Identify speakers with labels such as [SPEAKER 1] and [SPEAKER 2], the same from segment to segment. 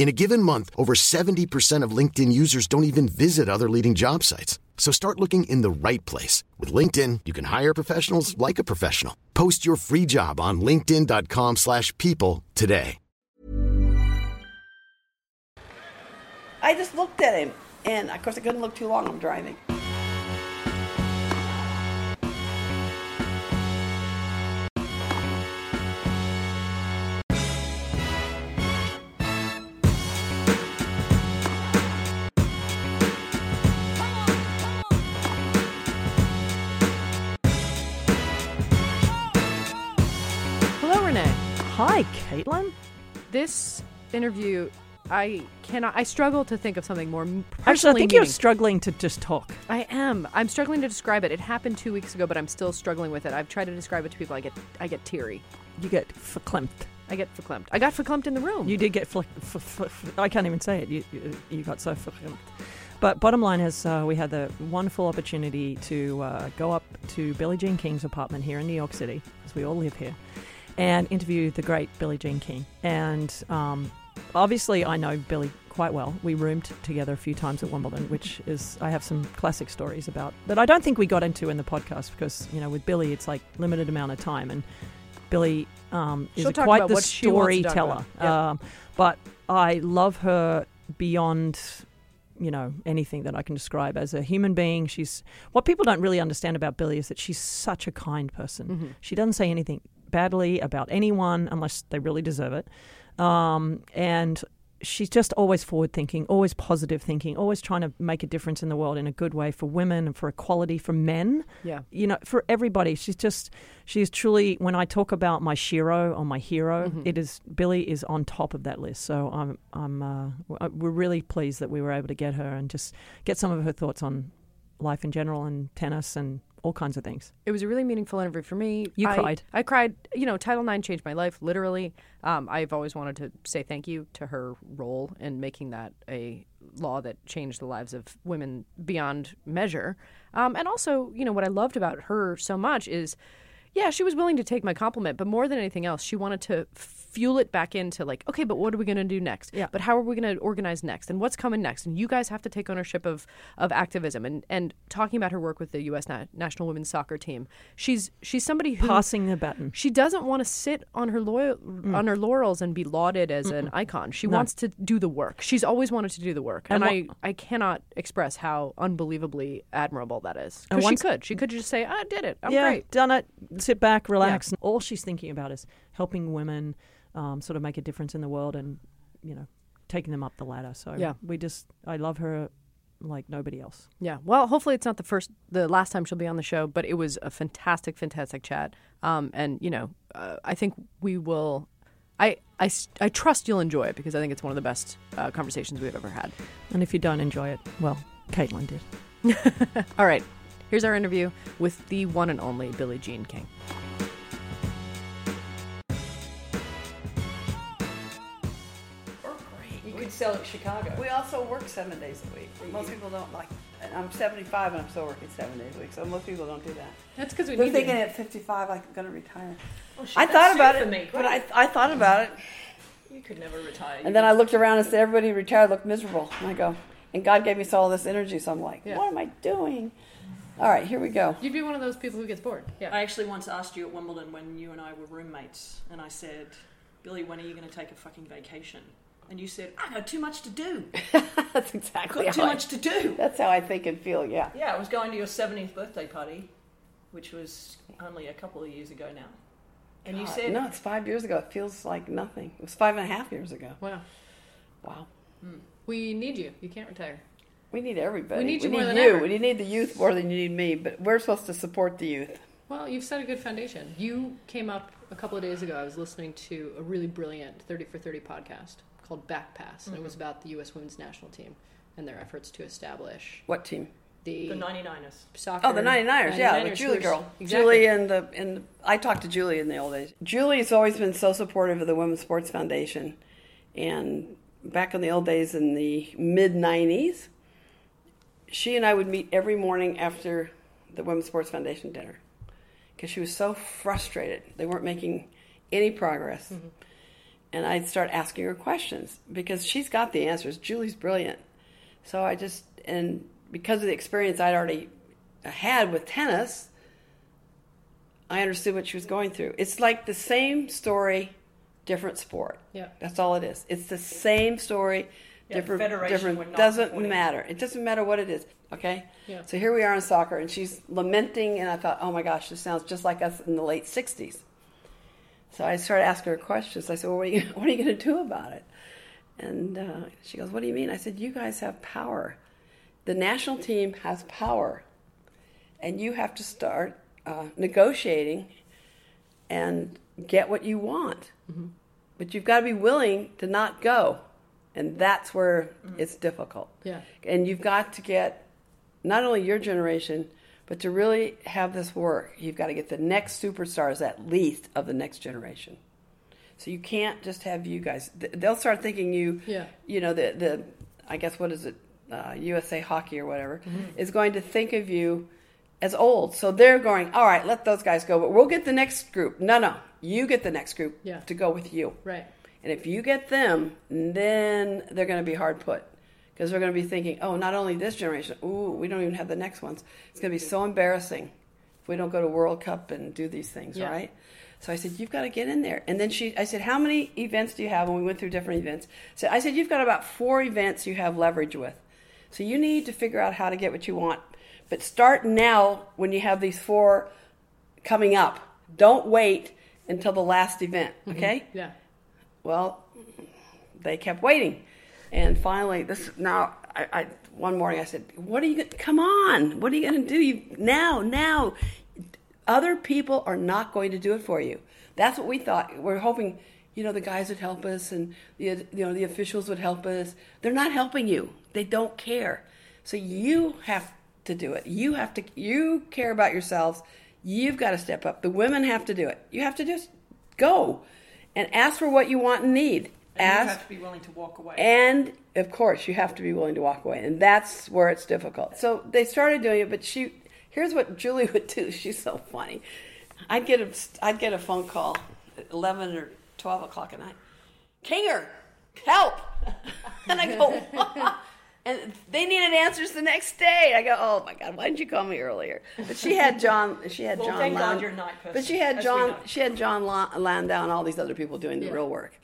[SPEAKER 1] In a given month, over 70% of LinkedIn users don't even visit other leading job sites. So start looking in the right place. With LinkedIn, you can hire professionals like a professional. Post your free job on linkedin.com slash people today.
[SPEAKER 2] I just looked at him, and of course I couldn't look too long. I'm driving.
[SPEAKER 3] Hello, Renee.
[SPEAKER 4] Hi, Caitlin.
[SPEAKER 3] This interview, I cannot. I struggle to think of something more m-
[SPEAKER 4] Actually, I
[SPEAKER 3] personally.
[SPEAKER 4] think you're
[SPEAKER 3] meaning-
[SPEAKER 4] struggling to just talk.
[SPEAKER 3] I am. I'm struggling to describe it. It happened two weeks ago, but I'm still struggling with it. I've tried to describe it to people. I get, I get teary.
[SPEAKER 4] You get verklempt.
[SPEAKER 3] I get verklempt. I got verklempt in the room.
[SPEAKER 4] You did get fl- f- f- f- I can't even say it. You you, you got so verklempt. But bottom line is, uh, we had the wonderful opportunity to uh, go up to Billie Jean King's apartment here in New York City, because we all live here, and interview the great Billie Jean King. And um, obviously, I know Billie quite well. We roomed together a few times at Wimbledon, which is I have some classic stories about that I don't think we got into in the podcast because you know with Billie, it's like limited amount of time, and Billie um, is
[SPEAKER 3] She'll
[SPEAKER 4] a
[SPEAKER 3] talk
[SPEAKER 4] quite
[SPEAKER 3] about
[SPEAKER 4] the
[SPEAKER 3] what she wants to talk
[SPEAKER 4] storyteller.
[SPEAKER 3] about. Yeah.
[SPEAKER 4] Um, but I love her beyond, you know, anything that I can describe as a human being. She's what people don't really understand about Billy is that she's such a kind person.
[SPEAKER 3] Mm-hmm.
[SPEAKER 4] She doesn't say anything badly about anyone unless they really deserve it. Um, and she's just always forward thinking, always positive thinking, always trying to make a difference in the world in a good way for women and for equality for men
[SPEAKER 3] Yeah.
[SPEAKER 4] you know, for everybody. She's just, she's truly, when I talk about my shiro or my hero, it is, Billy is on top of that list. So I'm, I'm, uh, w- we're really pleased that we were able to get her and just get some of her thoughts on life in general and tennis and all kinds of things.
[SPEAKER 3] It was a really meaningful interview for me.
[SPEAKER 4] You
[SPEAKER 3] I-
[SPEAKER 4] cried.
[SPEAKER 3] I cried. You know, Title IX changed my life, literally. Um, I've always wanted to say thank you to her role in making that a law that changed the lives of women beyond measure. Um, and also, you know, what I loved about her so much is, yeah, she was willing to take my compliment, but more than anything else, she wanted to fuel it back into like, okay, but what are we going to do next?
[SPEAKER 4] Yeah.
[SPEAKER 3] But how are we going to organize next? And what's coming next? And you guys have to take ownership of of activism and and talking about her work with the U.S. Na- national women's soccer team. She's she's somebody who
[SPEAKER 4] Passing the baton.
[SPEAKER 3] Mm.
[SPEAKER 4] Mm.
[SPEAKER 3] she doesn't want to sit on her loyal, on her laurels and be lauded as an icon. She wants to do the work. She's always wanted to do the work, and,
[SPEAKER 4] And
[SPEAKER 3] I, I cannot express how unbelievably admirable that is.
[SPEAKER 4] And
[SPEAKER 3] Because she
[SPEAKER 4] once-
[SPEAKER 3] could, she could just say, "I did it. I'm
[SPEAKER 4] yeah,
[SPEAKER 3] great."
[SPEAKER 4] done it. Sit back, relax. And all she's thinking about is helping women um, sort of make a difference in the world and, you know, taking them up the ladder. So
[SPEAKER 3] Yeah.
[SPEAKER 4] we just, I love her like nobody else.
[SPEAKER 3] Yeah. Well, hopefully it's not the first, the last time she'll be on the show, but it was a fantastic, fantastic chat. Um, and you know, uh, I think we will. I, I, s- I trust you'll enjoy it because I think it's one of the best uh, conversations we've ever had.
[SPEAKER 4] And if you don't enjoy it, well, Caitlin did.
[SPEAKER 3] All right. Here's our interview with the one and only Billie Jean King.
[SPEAKER 2] You could sell in Chicago. We also work seven days a week. Most people don't like. And I'm 75 and I'm still working seven days a week, so most people don't do that.
[SPEAKER 3] That's because we
[SPEAKER 2] They're thinking at 55, I'm going to retire.
[SPEAKER 4] Oh,
[SPEAKER 2] I thought about it, but I, I thought about it,
[SPEAKER 4] You could never retire.
[SPEAKER 2] and then I looked around and said, everybody retired looked miserable. And I go, and God gave me all this energy, so I'm like,
[SPEAKER 3] Yeah.
[SPEAKER 2] what am I doing? All right, here we go.
[SPEAKER 3] You'd be one of those people who gets bored. Yeah.
[SPEAKER 5] Uh,
[SPEAKER 4] I actually once asked you at Wimbledon when you and I were roommates, and I said, Billy, when are you going to take a fucking vacation? And you said, I got too much to do.
[SPEAKER 2] That's exactly
[SPEAKER 4] Got too
[SPEAKER 2] how I,
[SPEAKER 4] much to do.
[SPEAKER 2] that's how I think and feel. Yeah,
[SPEAKER 4] Yeah, I was going to your 70th birthday party, which was only a couple of years ago now.
[SPEAKER 5] And you
[SPEAKER 2] God,
[SPEAKER 5] said
[SPEAKER 2] no, it's five years ago. It feels like nothing. It was five and a half years ago.
[SPEAKER 5] Wow. Hmm.
[SPEAKER 2] Wow.
[SPEAKER 5] We need you. You can't retire.
[SPEAKER 2] We need everybody.
[SPEAKER 5] We need you more than
[SPEAKER 2] you.
[SPEAKER 5] ever.
[SPEAKER 2] We need the youth more than you need me, but we're supposed to support the youth.
[SPEAKER 5] Well, you've set a good foundation. You came up a couple of days ago. I was listening to a really brilliant 30 for 30 podcast called Back Pass, and it was about the U.S. women's national team and their efforts to establish
[SPEAKER 2] What team?
[SPEAKER 5] the,
[SPEAKER 4] The 99ers.
[SPEAKER 5] soccer.
[SPEAKER 2] Oh, the 99ers, yeah, the
[SPEAKER 5] 99ers
[SPEAKER 2] Julie
[SPEAKER 5] who are-
[SPEAKER 2] girl.
[SPEAKER 5] Exactly.
[SPEAKER 3] uh,
[SPEAKER 2] Julie and the and I talked to Julie in the old days. Julie's always been so supportive of the Women's Sports Foundation, and back in the old days, in the mid '90s, she and I would meet every morning after the Women's Sports Foundation dinner because she was so frustrated they weren't making any progress, and I'd start asking her questions because she's got the answers. Julie's brilliant. So I just and because of the experience I'd already had with tennis, I understood what she was going through. It's like the same story, different sport.
[SPEAKER 5] Yeah.
[SPEAKER 2] that's all it is. It's the same story,
[SPEAKER 4] Yeah,
[SPEAKER 2] different.
[SPEAKER 4] federation
[SPEAKER 2] different
[SPEAKER 4] would not
[SPEAKER 2] doesn't
[SPEAKER 4] support it.
[SPEAKER 2] matter. It doesn't matter what it is. Okay.
[SPEAKER 5] Yeah.
[SPEAKER 2] So here we are in soccer, and she's lamenting, and I thought, oh my gosh, this sounds just like us in the late '60s. So I started asking her questions. I said, "Well, what are you what are you going to do about it?" And uh, she goes, "What do you mean?" I said, "You guys have power. The national team has power, and you have to start uh, negotiating and get what you want. But you've got to be willing to not go, and that's where it's difficult.
[SPEAKER 5] Mm-hmm. Yeah.
[SPEAKER 2] and you've got to get not only your generation, but to really have this work, you've got to get the next superstars at least of the next generation. So you can't just have you guys. th- They'll start thinking you,
[SPEAKER 5] Yeah.
[SPEAKER 2] you know, the the I guess what is it, uh, USA Hockey or whatever,
[SPEAKER 5] Mm-hmm.
[SPEAKER 2] is going to think of you as old. So they're going, all right, let those guys go, but we'll get the next group. No, no, you get the next group
[SPEAKER 5] Yeah.
[SPEAKER 2] to go with you.
[SPEAKER 5] Right.
[SPEAKER 2] And if you get them, then they're going to be hard put because they're going to be thinking, oh, not only this generation, ooh, we don't even have the next ones. It's going to be so embarrassing if we don't go to World Cup and do these things,
[SPEAKER 5] Yeah.
[SPEAKER 2] right? So I said, you've got to get in there. And then she, I said, how many events do you have? And we went through different events. So I said, you've got about four events you have leverage with. So you need to figure out how to get what you want. But start now when you have these four coming up. Don't wait until the last event, okay?
[SPEAKER 5] Yeah.
[SPEAKER 2] Well, they kept waiting, and finally, this now. I, I one morning I said, "What are you? gonna- Come on! What are you going to do? You now, now, other people are not going to do it for you. That's what we thought. We're hoping, you know, the guys would help us, and the you know the officials would help us. They're not helping you. They don't care. So you have to do it. You have to. You care about yourselves. You've got to step up. The women have to do it. You have to just go and ask for what you want and need. ask
[SPEAKER 4] to be willing to walk away.
[SPEAKER 2] and of course, you have to be willing to walk away, and that's where it's difficult. So they started doing it, but she here's what Julie would do. She's so funny. I'd get a I'd get a phone call at eleven or twelve o'clock at night. Kinger, help! and I go, "What?" and they needed answers the next day. I go, oh my god, why didn't you call me earlier? But she had John. She had
[SPEAKER 4] Well,
[SPEAKER 2] John.
[SPEAKER 4] thank God
[SPEAKER 2] Lon-
[SPEAKER 4] you're not, 'cause
[SPEAKER 2] But she had
[SPEAKER 4] as we
[SPEAKER 2] John.
[SPEAKER 4] know.
[SPEAKER 2] She had John La- Landau and all these other people doing the
[SPEAKER 5] Yeah.
[SPEAKER 2] real work.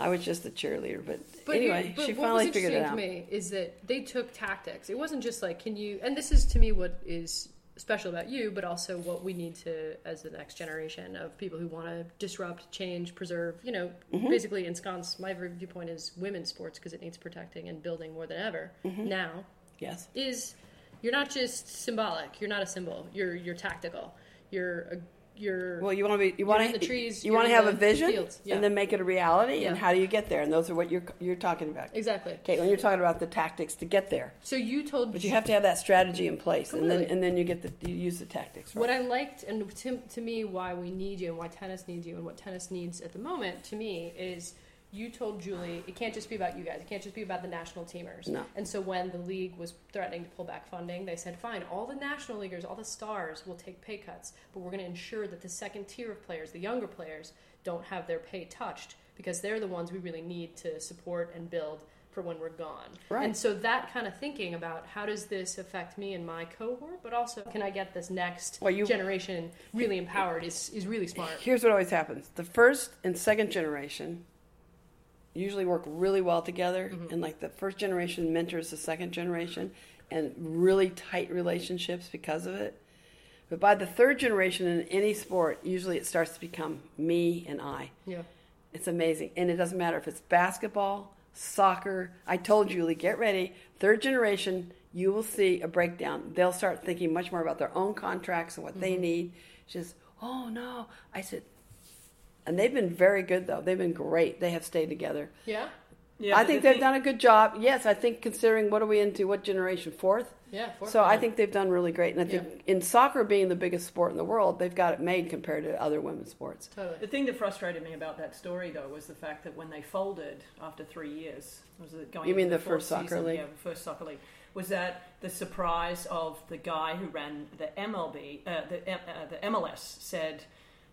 [SPEAKER 2] I was just the cheerleader, but
[SPEAKER 5] But
[SPEAKER 2] anyway,
[SPEAKER 5] here- but
[SPEAKER 2] she
[SPEAKER 5] what
[SPEAKER 2] finally
[SPEAKER 5] was
[SPEAKER 2] figured it
[SPEAKER 5] interesting
[SPEAKER 2] out.
[SPEAKER 5] to me is that they took tactics. It wasn't just like, can you? And this is to me what is special about you, but also what we need to as the next generation of people who want to disrupt, change, preserve. You know,
[SPEAKER 2] Mm-hmm.
[SPEAKER 5] basically ensconce. My viewpoint is women's sports because it needs protecting and building more than ever
[SPEAKER 2] Mm-hmm.
[SPEAKER 5] now.
[SPEAKER 2] Yes.
[SPEAKER 5] Is you're not just symbolic. You're not a symbol. You're you're tactical. You're a, you're
[SPEAKER 2] Well, you want to be you want
[SPEAKER 5] in
[SPEAKER 2] to
[SPEAKER 5] the trees,
[SPEAKER 2] You
[SPEAKER 5] you're
[SPEAKER 2] want to
[SPEAKER 5] in
[SPEAKER 2] have
[SPEAKER 5] the
[SPEAKER 2] a vision
[SPEAKER 5] fields, yeah.
[SPEAKER 2] and then make it a reality. And
[SPEAKER 5] Yeah.
[SPEAKER 2] how do you get there? And those are what you're you're talking about.
[SPEAKER 5] exactly.
[SPEAKER 2] Caitlin, you're talking about the tactics to get there,
[SPEAKER 5] So you told
[SPEAKER 2] but you have to have that strategy in place, and
[SPEAKER 5] Completely.
[SPEAKER 2] then and then you get the you use the tactics. Right?
[SPEAKER 5] What I liked, and to, to me, why we need you, and why tennis needs you, and what tennis needs at the moment, to me, is you told Julie it can't just be about you guys. It can't just be about the national teamers.
[SPEAKER 2] No.
[SPEAKER 5] And so when the league was threatening to pull back funding, they said, fine, all the national leaguers, all the stars will take pay cuts, but we're going to ensure that the second tier of players, the younger players, don't have their pay touched because they're the ones we really need to support and build for when we're gone.
[SPEAKER 2] Right.
[SPEAKER 5] And so that kind of thinking about how does this affect me and my cohort, but also can I get this next
[SPEAKER 2] Well, you-
[SPEAKER 5] generation really empowered is, is really smart.
[SPEAKER 2] Here's what always happens: the first and second generation usually work really well together,
[SPEAKER 5] Mm-hmm.
[SPEAKER 2] and like the first generation mentors the second generation, and really tight relationships because of it. But by the third generation in any sport, usually it starts to become me and I.
[SPEAKER 5] Yeah.
[SPEAKER 2] It's amazing. And it doesn't matter if it's basketball, soccer. I told Julie, get ready. Third generation, you will see a breakdown. They'll start thinking much more about their own contracts and what
[SPEAKER 4] Mm-hmm.
[SPEAKER 2] they need. She says, oh no. I said, and they've been very good though. They've been great. They have stayed together.
[SPEAKER 5] Yeah.
[SPEAKER 4] Yeah,
[SPEAKER 2] I
[SPEAKER 4] but
[SPEAKER 2] think
[SPEAKER 4] the
[SPEAKER 2] they've
[SPEAKER 4] thing-
[SPEAKER 2] done a good job. Yes, I think considering what are we into, what generation? Fourth?
[SPEAKER 5] Yeah, fourth,
[SPEAKER 2] So I
[SPEAKER 5] yeah.
[SPEAKER 2] think they've done really great. And I think in soccer being the biggest sport in the world, they've got it made compared to other women's sports.
[SPEAKER 4] The thing that frustrated me about that story, though, was the fact that when they folded after three years, was it going?
[SPEAKER 2] You mean
[SPEAKER 4] into
[SPEAKER 2] the first
[SPEAKER 4] fourth
[SPEAKER 2] soccer
[SPEAKER 4] season,
[SPEAKER 2] league?
[SPEAKER 4] Yeah, the first soccer league. Was that the surprise of the guy who ran the MLB, uh, the, M- uh, the MLS, said,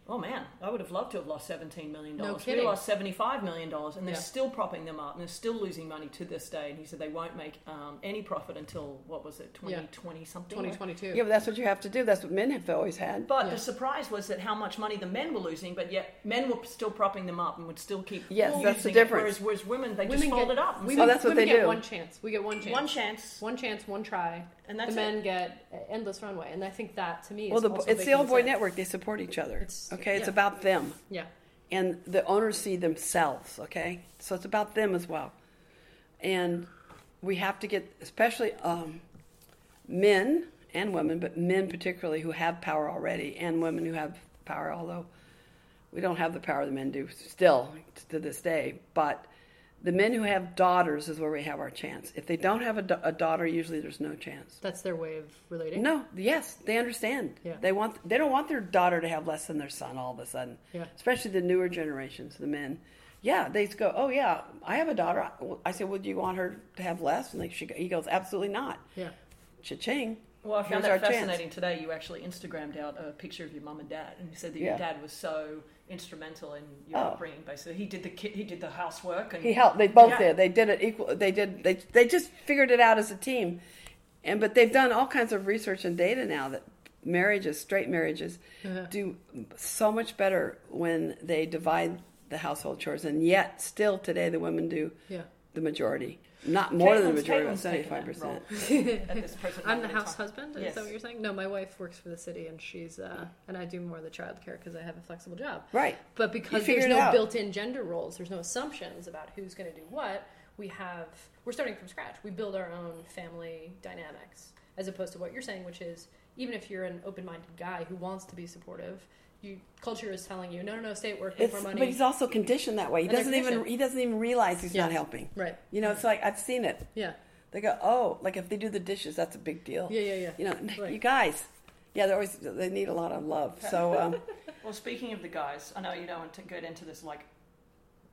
[SPEAKER 4] "Oh man, I would have loved to have lost seventeen million
[SPEAKER 5] No
[SPEAKER 4] dollars. we
[SPEAKER 5] kidding.
[SPEAKER 4] lost seventy-five million dollars, and they're
[SPEAKER 5] Yeah.
[SPEAKER 4] still propping them up, and they're still losing money to this day." And he said they won't make um, any profit until what was it, twenty twenty something?
[SPEAKER 2] Yeah, but that's what you have to do. That's what men have always had.
[SPEAKER 4] But the surprise was that how much money the men were losing, but yet men were still propping them up and would still keep.
[SPEAKER 2] Yes,
[SPEAKER 4] using
[SPEAKER 2] that's the
[SPEAKER 4] it,
[SPEAKER 2] difference.
[SPEAKER 4] Whereas, whereas women, they just fold it up. And
[SPEAKER 2] women-
[SPEAKER 4] say,
[SPEAKER 2] Oh, that's what
[SPEAKER 5] women
[SPEAKER 2] they
[SPEAKER 5] get
[SPEAKER 2] do.
[SPEAKER 5] One chance. We get one chance.
[SPEAKER 4] One chance.
[SPEAKER 5] One chance. One try.
[SPEAKER 4] And that's
[SPEAKER 5] the
[SPEAKER 4] it.
[SPEAKER 5] men get endless runway. And I think that to me. Is
[SPEAKER 2] well, the,
[SPEAKER 5] also
[SPEAKER 2] it's the
[SPEAKER 5] making
[SPEAKER 2] old boy
[SPEAKER 5] sense.
[SPEAKER 2] network. They support each other.
[SPEAKER 5] It's-
[SPEAKER 2] okay, it's
[SPEAKER 5] yeah.
[SPEAKER 2] about them.
[SPEAKER 5] Yeah.
[SPEAKER 2] and the owners see themselves okay so it's about them as well and we have to get especially um, men and women but men particularly who have power already and women who have power although we don't have the power the men do still to this day but the men who have daughters is where we have our chance if they don't have a, da- a daughter usually there's no chance
[SPEAKER 5] That's their way of relating.
[SPEAKER 2] no, yes, they understand.
[SPEAKER 5] Yeah.
[SPEAKER 2] They want they don't want their daughter to have less than their son all of a sudden.
[SPEAKER 5] Yeah.
[SPEAKER 2] Especially the newer generations, the men. Yeah, they just go, "Oh yeah, I have a daughter." I, I said, "Would do you want her to have less?" And they, she, go- he goes, "Absolutely not."
[SPEAKER 5] Yeah.
[SPEAKER 2] Cha-ching.
[SPEAKER 4] Well, I
[SPEAKER 2] Here's
[SPEAKER 4] found that
[SPEAKER 2] our chance.
[SPEAKER 4] fascinating today. You actually Instagrammed out a picture of your mum and dad, and you said that
[SPEAKER 2] Yeah.
[SPEAKER 4] your dad was so instrumental in your
[SPEAKER 2] Oh.
[SPEAKER 4] upbringing. Basically, he did the ki- he did the housework, and
[SPEAKER 2] He helped. They both
[SPEAKER 4] Yeah.
[SPEAKER 2] did. They did it equal. They did. They they just figured it out as a team, and but they've done all kinds of research and data now that marriages, straight marriages,
[SPEAKER 5] Uh-huh.
[SPEAKER 2] do so much better when they divide the household chores, and yet still today the women do
[SPEAKER 5] Yeah.
[SPEAKER 2] the majority, not more than the
[SPEAKER 4] Caitlin's-
[SPEAKER 2] majority, about
[SPEAKER 4] Caitlin's taken
[SPEAKER 2] seventy five
[SPEAKER 4] that
[SPEAKER 2] percent.
[SPEAKER 4] role at this present
[SPEAKER 5] I'm the
[SPEAKER 4] moment in
[SPEAKER 5] house
[SPEAKER 4] time.
[SPEAKER 5] husband. Is
[SPEAKER 4] Yes.
[SPEAKER 5] that what you're saying? No, my wife works for the city, and she's uh, and I do more of the child care because I have a flexible job.
[SPEAKER 2] Right.
[SPEAKER 5] But
[SPEAKER 2] You
[SPEAKER 5] because
[SPEAKER 2] figured
[SPEAKER 5] there's
[SPEAKER 2] it
[SPEAKER 5] no
[SPEAKER 2] out.
[SPEAKER 5] built-in gender roles, there's no assumptions about who's going to do what. We have we're starting from scratch. We build our own family dynamics as opposed to what you're saying, which is even if you're an open-minded guy who wants to be supportive, you culture is telling you no, no, no, stay at work, make
[SPEAKER 2] It's,
[SPEAKER 5] more money.
[SPEAKER 2] but he's also conditioned that way. He
[SPEAKER 5] And they're
[SPEAKER 2] doesn't even
[SPEAKER 5] conditioned.
[SPEAKER 2] he doesn't even realize he's
[SPEAKER 5] Yeah.
[SPEAKER 2] not helping.
[SPEAKER 5] Right.
[SPEAKER 2] You know, it's like I've seen it.
[SPEAKER 5] yeah.
[SPEAKER 2] They go, oh, like if they do the dishes, that's a big deal.
[SPEAKER 5] Yeah, yeah, yeah.
[SPEAKER 2] You know,
[SPEAKER 5] Right.
[SPEAKER 2] you guys, yeah, they always they need a lot of love. So um,
[SPEAKER 4] Well, speaking of the guys, I know you don't want to get into this like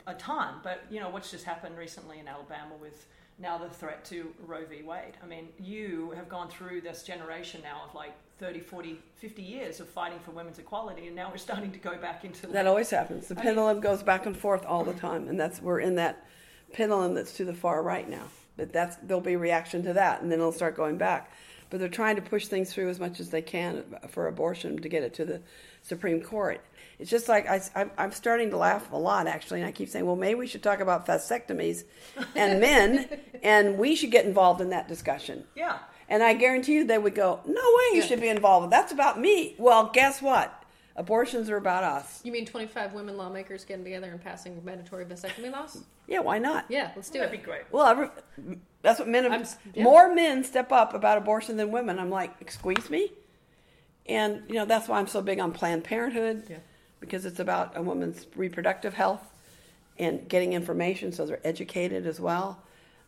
[SPEAKER 4] a ton, but you know what's just happened recently in Alabama with now the threat to Roe v. Wade. I mean, you have gone through this generation now of like 30, 40, 50 years of fighting for women's equality, and now we're starting to go back into like,
[SPEAKER 2] that always happens. The pendulum goes back and forth all the time, and that's we're in that pendulum that's to the far right now. But that's there'll be reaction to that, and then it'll start going back. But they're trying to push things through as much as they can for abortion to get it to the Supreme Court. It's just like I, am I'm starting to laugh a lot actually, and I keep saying, well, maybe we should talk about vasectomies and men, and we should get involved in that discussion.
[SPEAKER 4] Yeah.
[SPEAKER 2] And I guarantee you they would go, no way you should be involved. That's about me. Well, guess what? Abortions are about us.
[SPEAKER 5] You mean 25 women lawmakers getting together and passing mandatory vasectomy laws?
[SPEAKER 2] Yeah, why not?
[SPEAKER 5] Yeah, let's do
[SPEAKER 4] that'd
[SPEAKER 5] it.
[SPEAKER 4] be great.
[SPEAKER 2] Well, I re- that's what men
[SPEAKER 5] I'm
[SPEAKER 2] have.
[SPEAKER 5] s- yeah.
[SPEAKER 2] More men step up about abortion than women. I'm like, excuse me? And, you know, that's why I'm so big on Planned Parenthood
[SPEAKER 5] Yeah.
[SPEAKER 2] because it's about a woman's reproductive health and getting information so they're educated as well.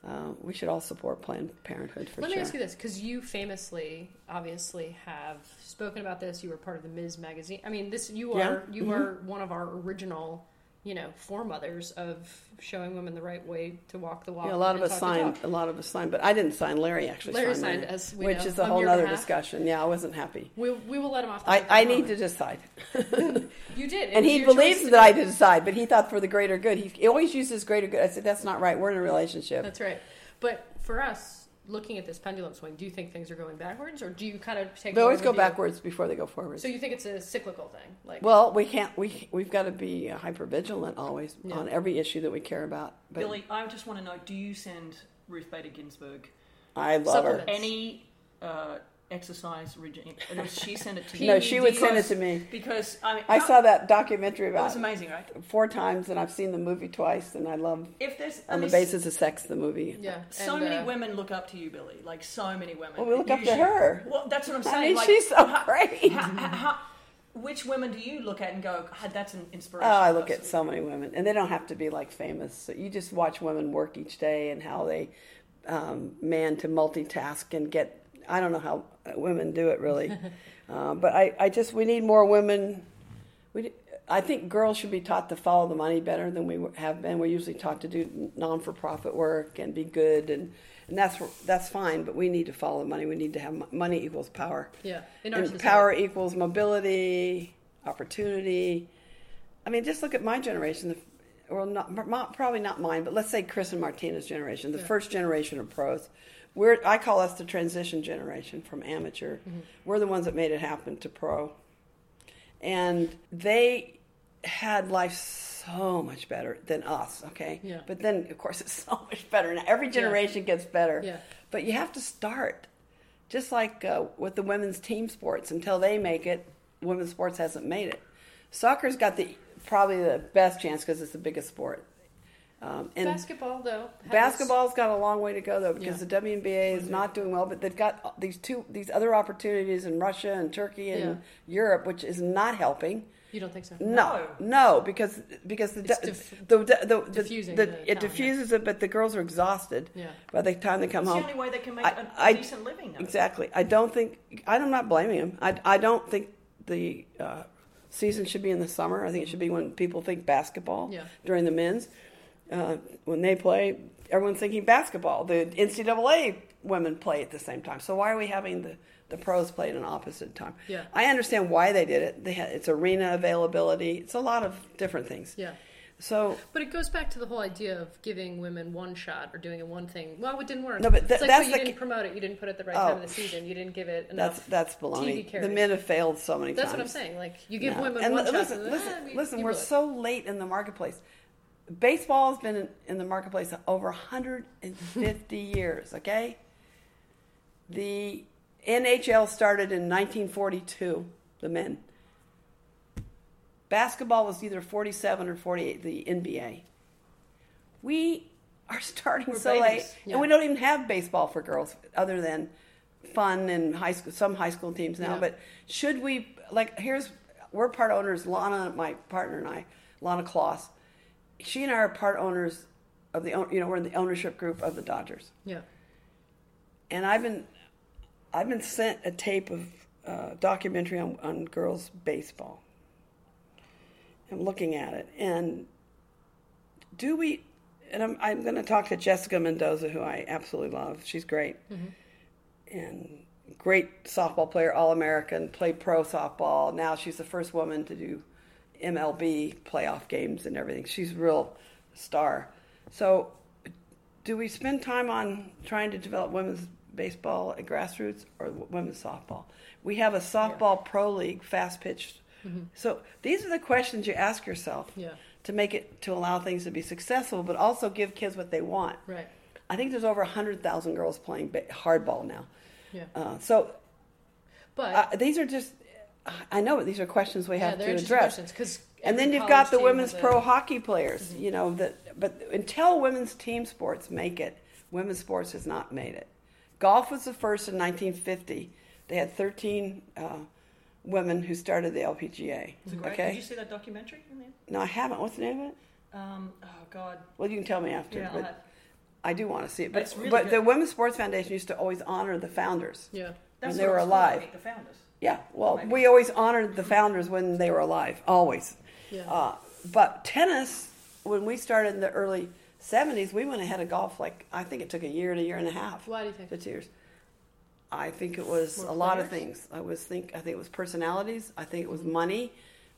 [SPEAKER 2] Uh, we should all support Planned Parenthood for
[SPEAKER 5] Let
[SPEAKER 2] sure.
[SPEAKER 5] me ask you this, because you famously, obviously, have spoken about this. You were part of the Ms. magazine. I mean, this you
[SPEAKER 2] Yeah. mm-hmm.
[SPEAKER 5] are you are one of our original, you know, foremothers of showing women the right way to walk the walk.
[SPEAKER 2] Yeah, a lot
[SPEAKER 5] and
[SPEAKER 2] of us
[SPEAKER 5] talk the
[SPEAKER 2] signed.
[SPEAKER 5] talk.
[SPEAKER 2] A lot of us signed, but I didn't sign. Larry actually
[SPEAKER 5] Larry
[SPEAKER 2] signed, mine,
[SPEAKER 5] signed, as we
[SPEAKER 2] which
[SPEAKER 5] know,
[SPEAKER 2] is a
[SPEAKER 5] on
[SPEAKER 2] whole
[SPEAKER 5] your
[SPEAKER 2] other
[SPEAKER 5] behalf.
[SPEAKER 2] discussion. Yeah, I wasn't happy.
[SPEAKER 5] We, we will let him off. The
[SPEAKER 2] I,
[SPEAKER 5] hook for
[SPEAKER 2] I
[SPEAKER 5] a
[SPEAKER 2] need to
[SPEAKER 5] moment.
[SPEAKER 2] decide,
[SPEAKER 5] You did,
[SPEAKER 2] and
[SPEAKER 5] it's
[SPEAKER 2] he
[SPEAKER 5] your
[SPEAKER 2] believes
[SPEAKER 5] choice to
[SPEAKER 2] that
[SPEAKER 5] do
[SPEAKER 2] I did
[SPEAKER 5] it.
[SPEAKER 2] decide, but he thought for the greater good. He, he always uses greater good. I said that's not right. We're in a relationship.
[SPEAKER 5] That's right. But for us, looking at this pendulum swing, do you think things are going backwards, or do you kind of take?
[SPEAKER 2] they always
[SPEAKER 5] more
[SPEAKER 2] go
[SPEAKER 5] of a view-
[SPEAKER 2] backwards before they go forwards.
[SPEAKER 5] So you think it's a cyclical thing? Like,
[SPEAKER 2] well, we can't. We we've got to be hyper vigilant always
[SPEAKER 5] Yeah.
[SPEAKER 2] on every issue that we care about. But
[SPEAKER 4] Billy, I just want to know: Do you send Ruth Bader Ginsburg
[SPEAKER 2] I love her.
[SPEAKER 5] Supplements.
[SPEAKER 4] any uh, exercise regime. It was- She sent it to me.
[SPEAKER 2] No, she would send it
[SPEAKER 4] because-
[SPEAKER 2] to me.
[SPEAKER 4] because I mean,
[SPEAKER 2] I
[SPEAKER 4] how-
[SPEAKER 2] saw that documentary
[SPEAKER 4] That
[SPEAKER 2] about
[SPEAKER 4] was amazing, right?
[SPEAKER 2] four times, and I've seen the movie twice, and I love
[SPEAKER 4] If there's I
[SPEAKER 2] on the
[SPEAKER 4] mean,
[SPEAKER 2] basis of sex the movie.
[SPEAKER 3] Yeah.
[SPEAKER 4] So many
[SPEAKER 5] uh,
[SPEAKER 4] women look up to you, Billy. Like so many women.
[SPEAKER 2] uh, Well, we look
[SPEAKER 4] You
[SPEAKER 2] up to
[SPEAKER 4] should-
[SPEAKER 2] her.
[SPEAKER 4] Well, that's what I'm
[SPEAKER 2] I
[SPEAKER 4] saying.
[SPEAKER 2] mean,
[SPEAKER 4] like,
[SPEAKER 2] she's so great.
[SPEAKER 4] How, how, how, which women do you look at and go, God, that's an
[SPEAKER 2] Oh,
[SPEAKER 4] inspiration?
[SPEAKER 2] I look at
[SPEAKER 4] That's-
[SPEAKER 2] so many women, and they don't have to be like famous. So you just watch women work each day and how they um, man to multitask and get. I don't know how uh, women do it really, uh, but I, I just we need more women. We I think girls should be taught to follow the money better than we have been. We're usually taught to do non for profit work and be good and. And that's that's fine, but we need to follow the money. We need to have mo- money equals power.
[SPEAKER 3] Yeah, in our
[SPEAKER 2] and
[SPEAKER 3] society.
[SPEAKER 2] power equals mobility, opportunity, I mean, just look at my generation. The, well, not, not probably not mine, but let's say Chris and Martina's generation, the first generation of pros. We're I call us the transition generation from amateur.
[SPEAKER 3] Mm-hmm.
[SPEAKER 2] We're the ones that made it happen to pro, and they had life so much better than us. Okay,
[SPEAKER 3] Yeah.
[SPEAKER 2] but then of course it's so much better now. Every generation gets better.
[SPEAKER 3] Yeah.
[SPEAKER 2] but you have to start. Just like uh, with the women's team sports, until they make it, women's sports hasn't made it soccer's got the probably the best chance because it's the biggest sport. Um, and
[SPEAKER 3] Basketball though. has-
[SPEAKER 2] basketball's got a long way to go though because
[SPEAKER 3] Yeah.
[SPEAKER 2] the WNBA is not doing well, but they've got these two these other opportunities in Russia and Turkey and Europe, which is not helping.
[SPEAKER 3] You don't think so?
[SPEAKER 2] No, no, because because the
[SPEAKER 3] It's
[SPEAKER 2] de-
[SPEAKER 3] diff-
[SPEAKER 2] the, the, the, the-
[SPEAKER 3] diffusing
[SPEAKER 2] the-
[SPEAKER 3] the
[SPEAKER 2] it
[SPEAKER 3] talent.
[SPEAKER 2] diffuses it, but the girls are exhausted
[SPEAKER 3] Yeah.
[SPEAKER 2] by the time they come
[SPEAKER 4] It's the
[SPEAKER 2] home.
[SPEAKER 4] only way they can make
[SPEAKER 2] I-
[SPEAKER 4] a- a
[SPEAKER 2] I-
[SPEAKER 4] decent living, though.
[SPEAKER 2] Exactly. I don't think I'm not blaming them. I, I don't think the uh, season should be in the summer. I think it should be when people think basketball
[SPEAKER 3] Yeah.
[SPEAKER 2] during the men's uh, when they play. Everyone's thinking basketball. The NCAA women play at the same time. So why are we having the the pros play at an opposite time?
[SPEAKER 3] Yeah.
[SPEAKER 2] I understand why they did it. They had, it's arena availability. It's a lot of different things.
[SPEAKER 5] Yeah.
[SPEAKER 2] So
[SPEAKER 5] But it goes back to the whole idea of giving women one shot or doing a one thing. Well, it didn't work.
[SPEAKER 2] No, but tha-
[SPEAKER 5] it's like,
[SPEAKER 2] that's
[SPEAKER 5] well, you
[SPEAKER 2] the
[SPEAKER 5] didn't
[SPEAKER 2] ca-
[SPEAKER 5] promote it. You didn't put it at the right time of the season. You didn't give it enough.
[SPEAKER 2] that's that's baloney.
[SPEAKER 5] TV carriage.
[SPEAKER 2] the men have failed so many
[SPEAKER 5] That's
[SPEAKER 2] times.
[SPEAKER 5] what I'm saying. Like you give
[SPEAKER 2] No.
[SPEAKER 5] women
[SPEAKER 2] and
[SPEAKER 5] one
[SPEAKER 2] li-
[SPEAKER 5] shot.
[SPEAKER 2] listen,
[SPEAKER 5] and then,
[SPEAKER 2] listen,
[SPEAKER 5] ah, we-
[SPEAKER 2] listen.
[SPEAKER 5] you
[SPEAKER 2] We're
[SPEAKER 5] blew it.
[SPEAKER 2] so late in the marketplace. Baseball has been in, in the marketplace over 150 years. Okay. The NHL started in 1942. The men. Basketball was either 47 or 48. The NBA. We are starting so
[SPEAKER 4] babies.
[SPEAKER 2] late, and we don't even have baseball for girls other than fun and high school. Some high school teams now, but should we like? Here's we're part owners. Lana, my partner, and I, Lana Kloss. She and I are part owners of the own- you know we're in the ownership group of the Dodgers,
[SPEAKER 5] Yeah.
[SPEAKER 2] and I've been I've been sent a tape of uh, documentary on, on girls baseball. I'm looking at it, and do we? And I'm I'm going to talk to Jessica Mendoza, who I absolutely love. She's great, and great softball player, All American, played pro softball. Now she's the first woman to do MLB playoff games and everything. She's a real star. So do we spend time on trying to develop women's baseball at grassroots or w- women's softball? We have a softball pro league, fast pitch. So these are the questions you ask yourself
[SPEAKER 5] Yeah.
[SPEAKER 2] to make it to allow things to be successful, but also give kids what they want.
[SPEAKER 5] Right.
[SPEAKER 2] I think there's over hundred thousand girls playing ba- hardball now.
[SPEAKER 5] Yeah.
[SPEAKER 2] Uh, so
[SPEAKER 5] But
[SPEAKER 2] uh, these are just. I know, but these are questions we
[SPEAKER 5] yeah,
[SPEAKER 2] have
[SPEAKER 5] they're
[SPEAKER 2] to
[SPEAKER 5] interesting
[SPEAKER 2] address
[SPEAKER 5] questions because.
[SPEAKER 2] and then you've got the women's pro hockey players
[SPEAKER 5] Mm-hmm.
[SPEAKER 2] you know that but until women's team sports make it women's sports has not made it golf was the first in 1950 they had 13 uh, women who started the lpga
[SPEAKER 4] It's a great-
[SPEAKER 2] okay
[SPEAKER 4] Did you see that documentary? in there?
[SPEAKER 2] no i haven't what's the name of it
[SPEAKER 4] Um, oh God.
[SPEAKER 2] well you can tell me after
[SPEAKER 4] Yeah, I'll
[SPEAKER 2] but
[SPEAKER 4] have-
[SPEAKER 2] i do want to see it but,
[SPEAKER 4] It's really
[SPEAKER 2] but the
[SPEAKER 4] good.
[SPEAKER 2] women's sports foundation used to always honor the founders
[SPEAKER 5] Yeah.
[SPEAKER 2] when
[SPEAKER 4] That's
[SPEAKER 2] they
[SPEAKER 4] what
[SPEAKER 2] were
[SPEAKER 4] it's called,
[SPEAKER 2] alive
[SPEAKER 4] Meet the founders.
[SPEAKER 2] Yeah, well,
[SPEAKER 4] Maybe.
[SPEAKER 2] we always honored the founders when they were alive, always.
[SPEAKER 5] Yeah.
[SPEAKER 2] Uh, but tennis, when we started in the early 70s, we went ahead of golf like, I think it took a year to a year and a half.
[SPEAKER 5] Why do you think?
[SPEAKER 2] The two years. I think it was a lot of things. I was think I think it was personalities. I think it
[SPEAKER 5] Mm-hmm.
[SPEAKER 2] was money.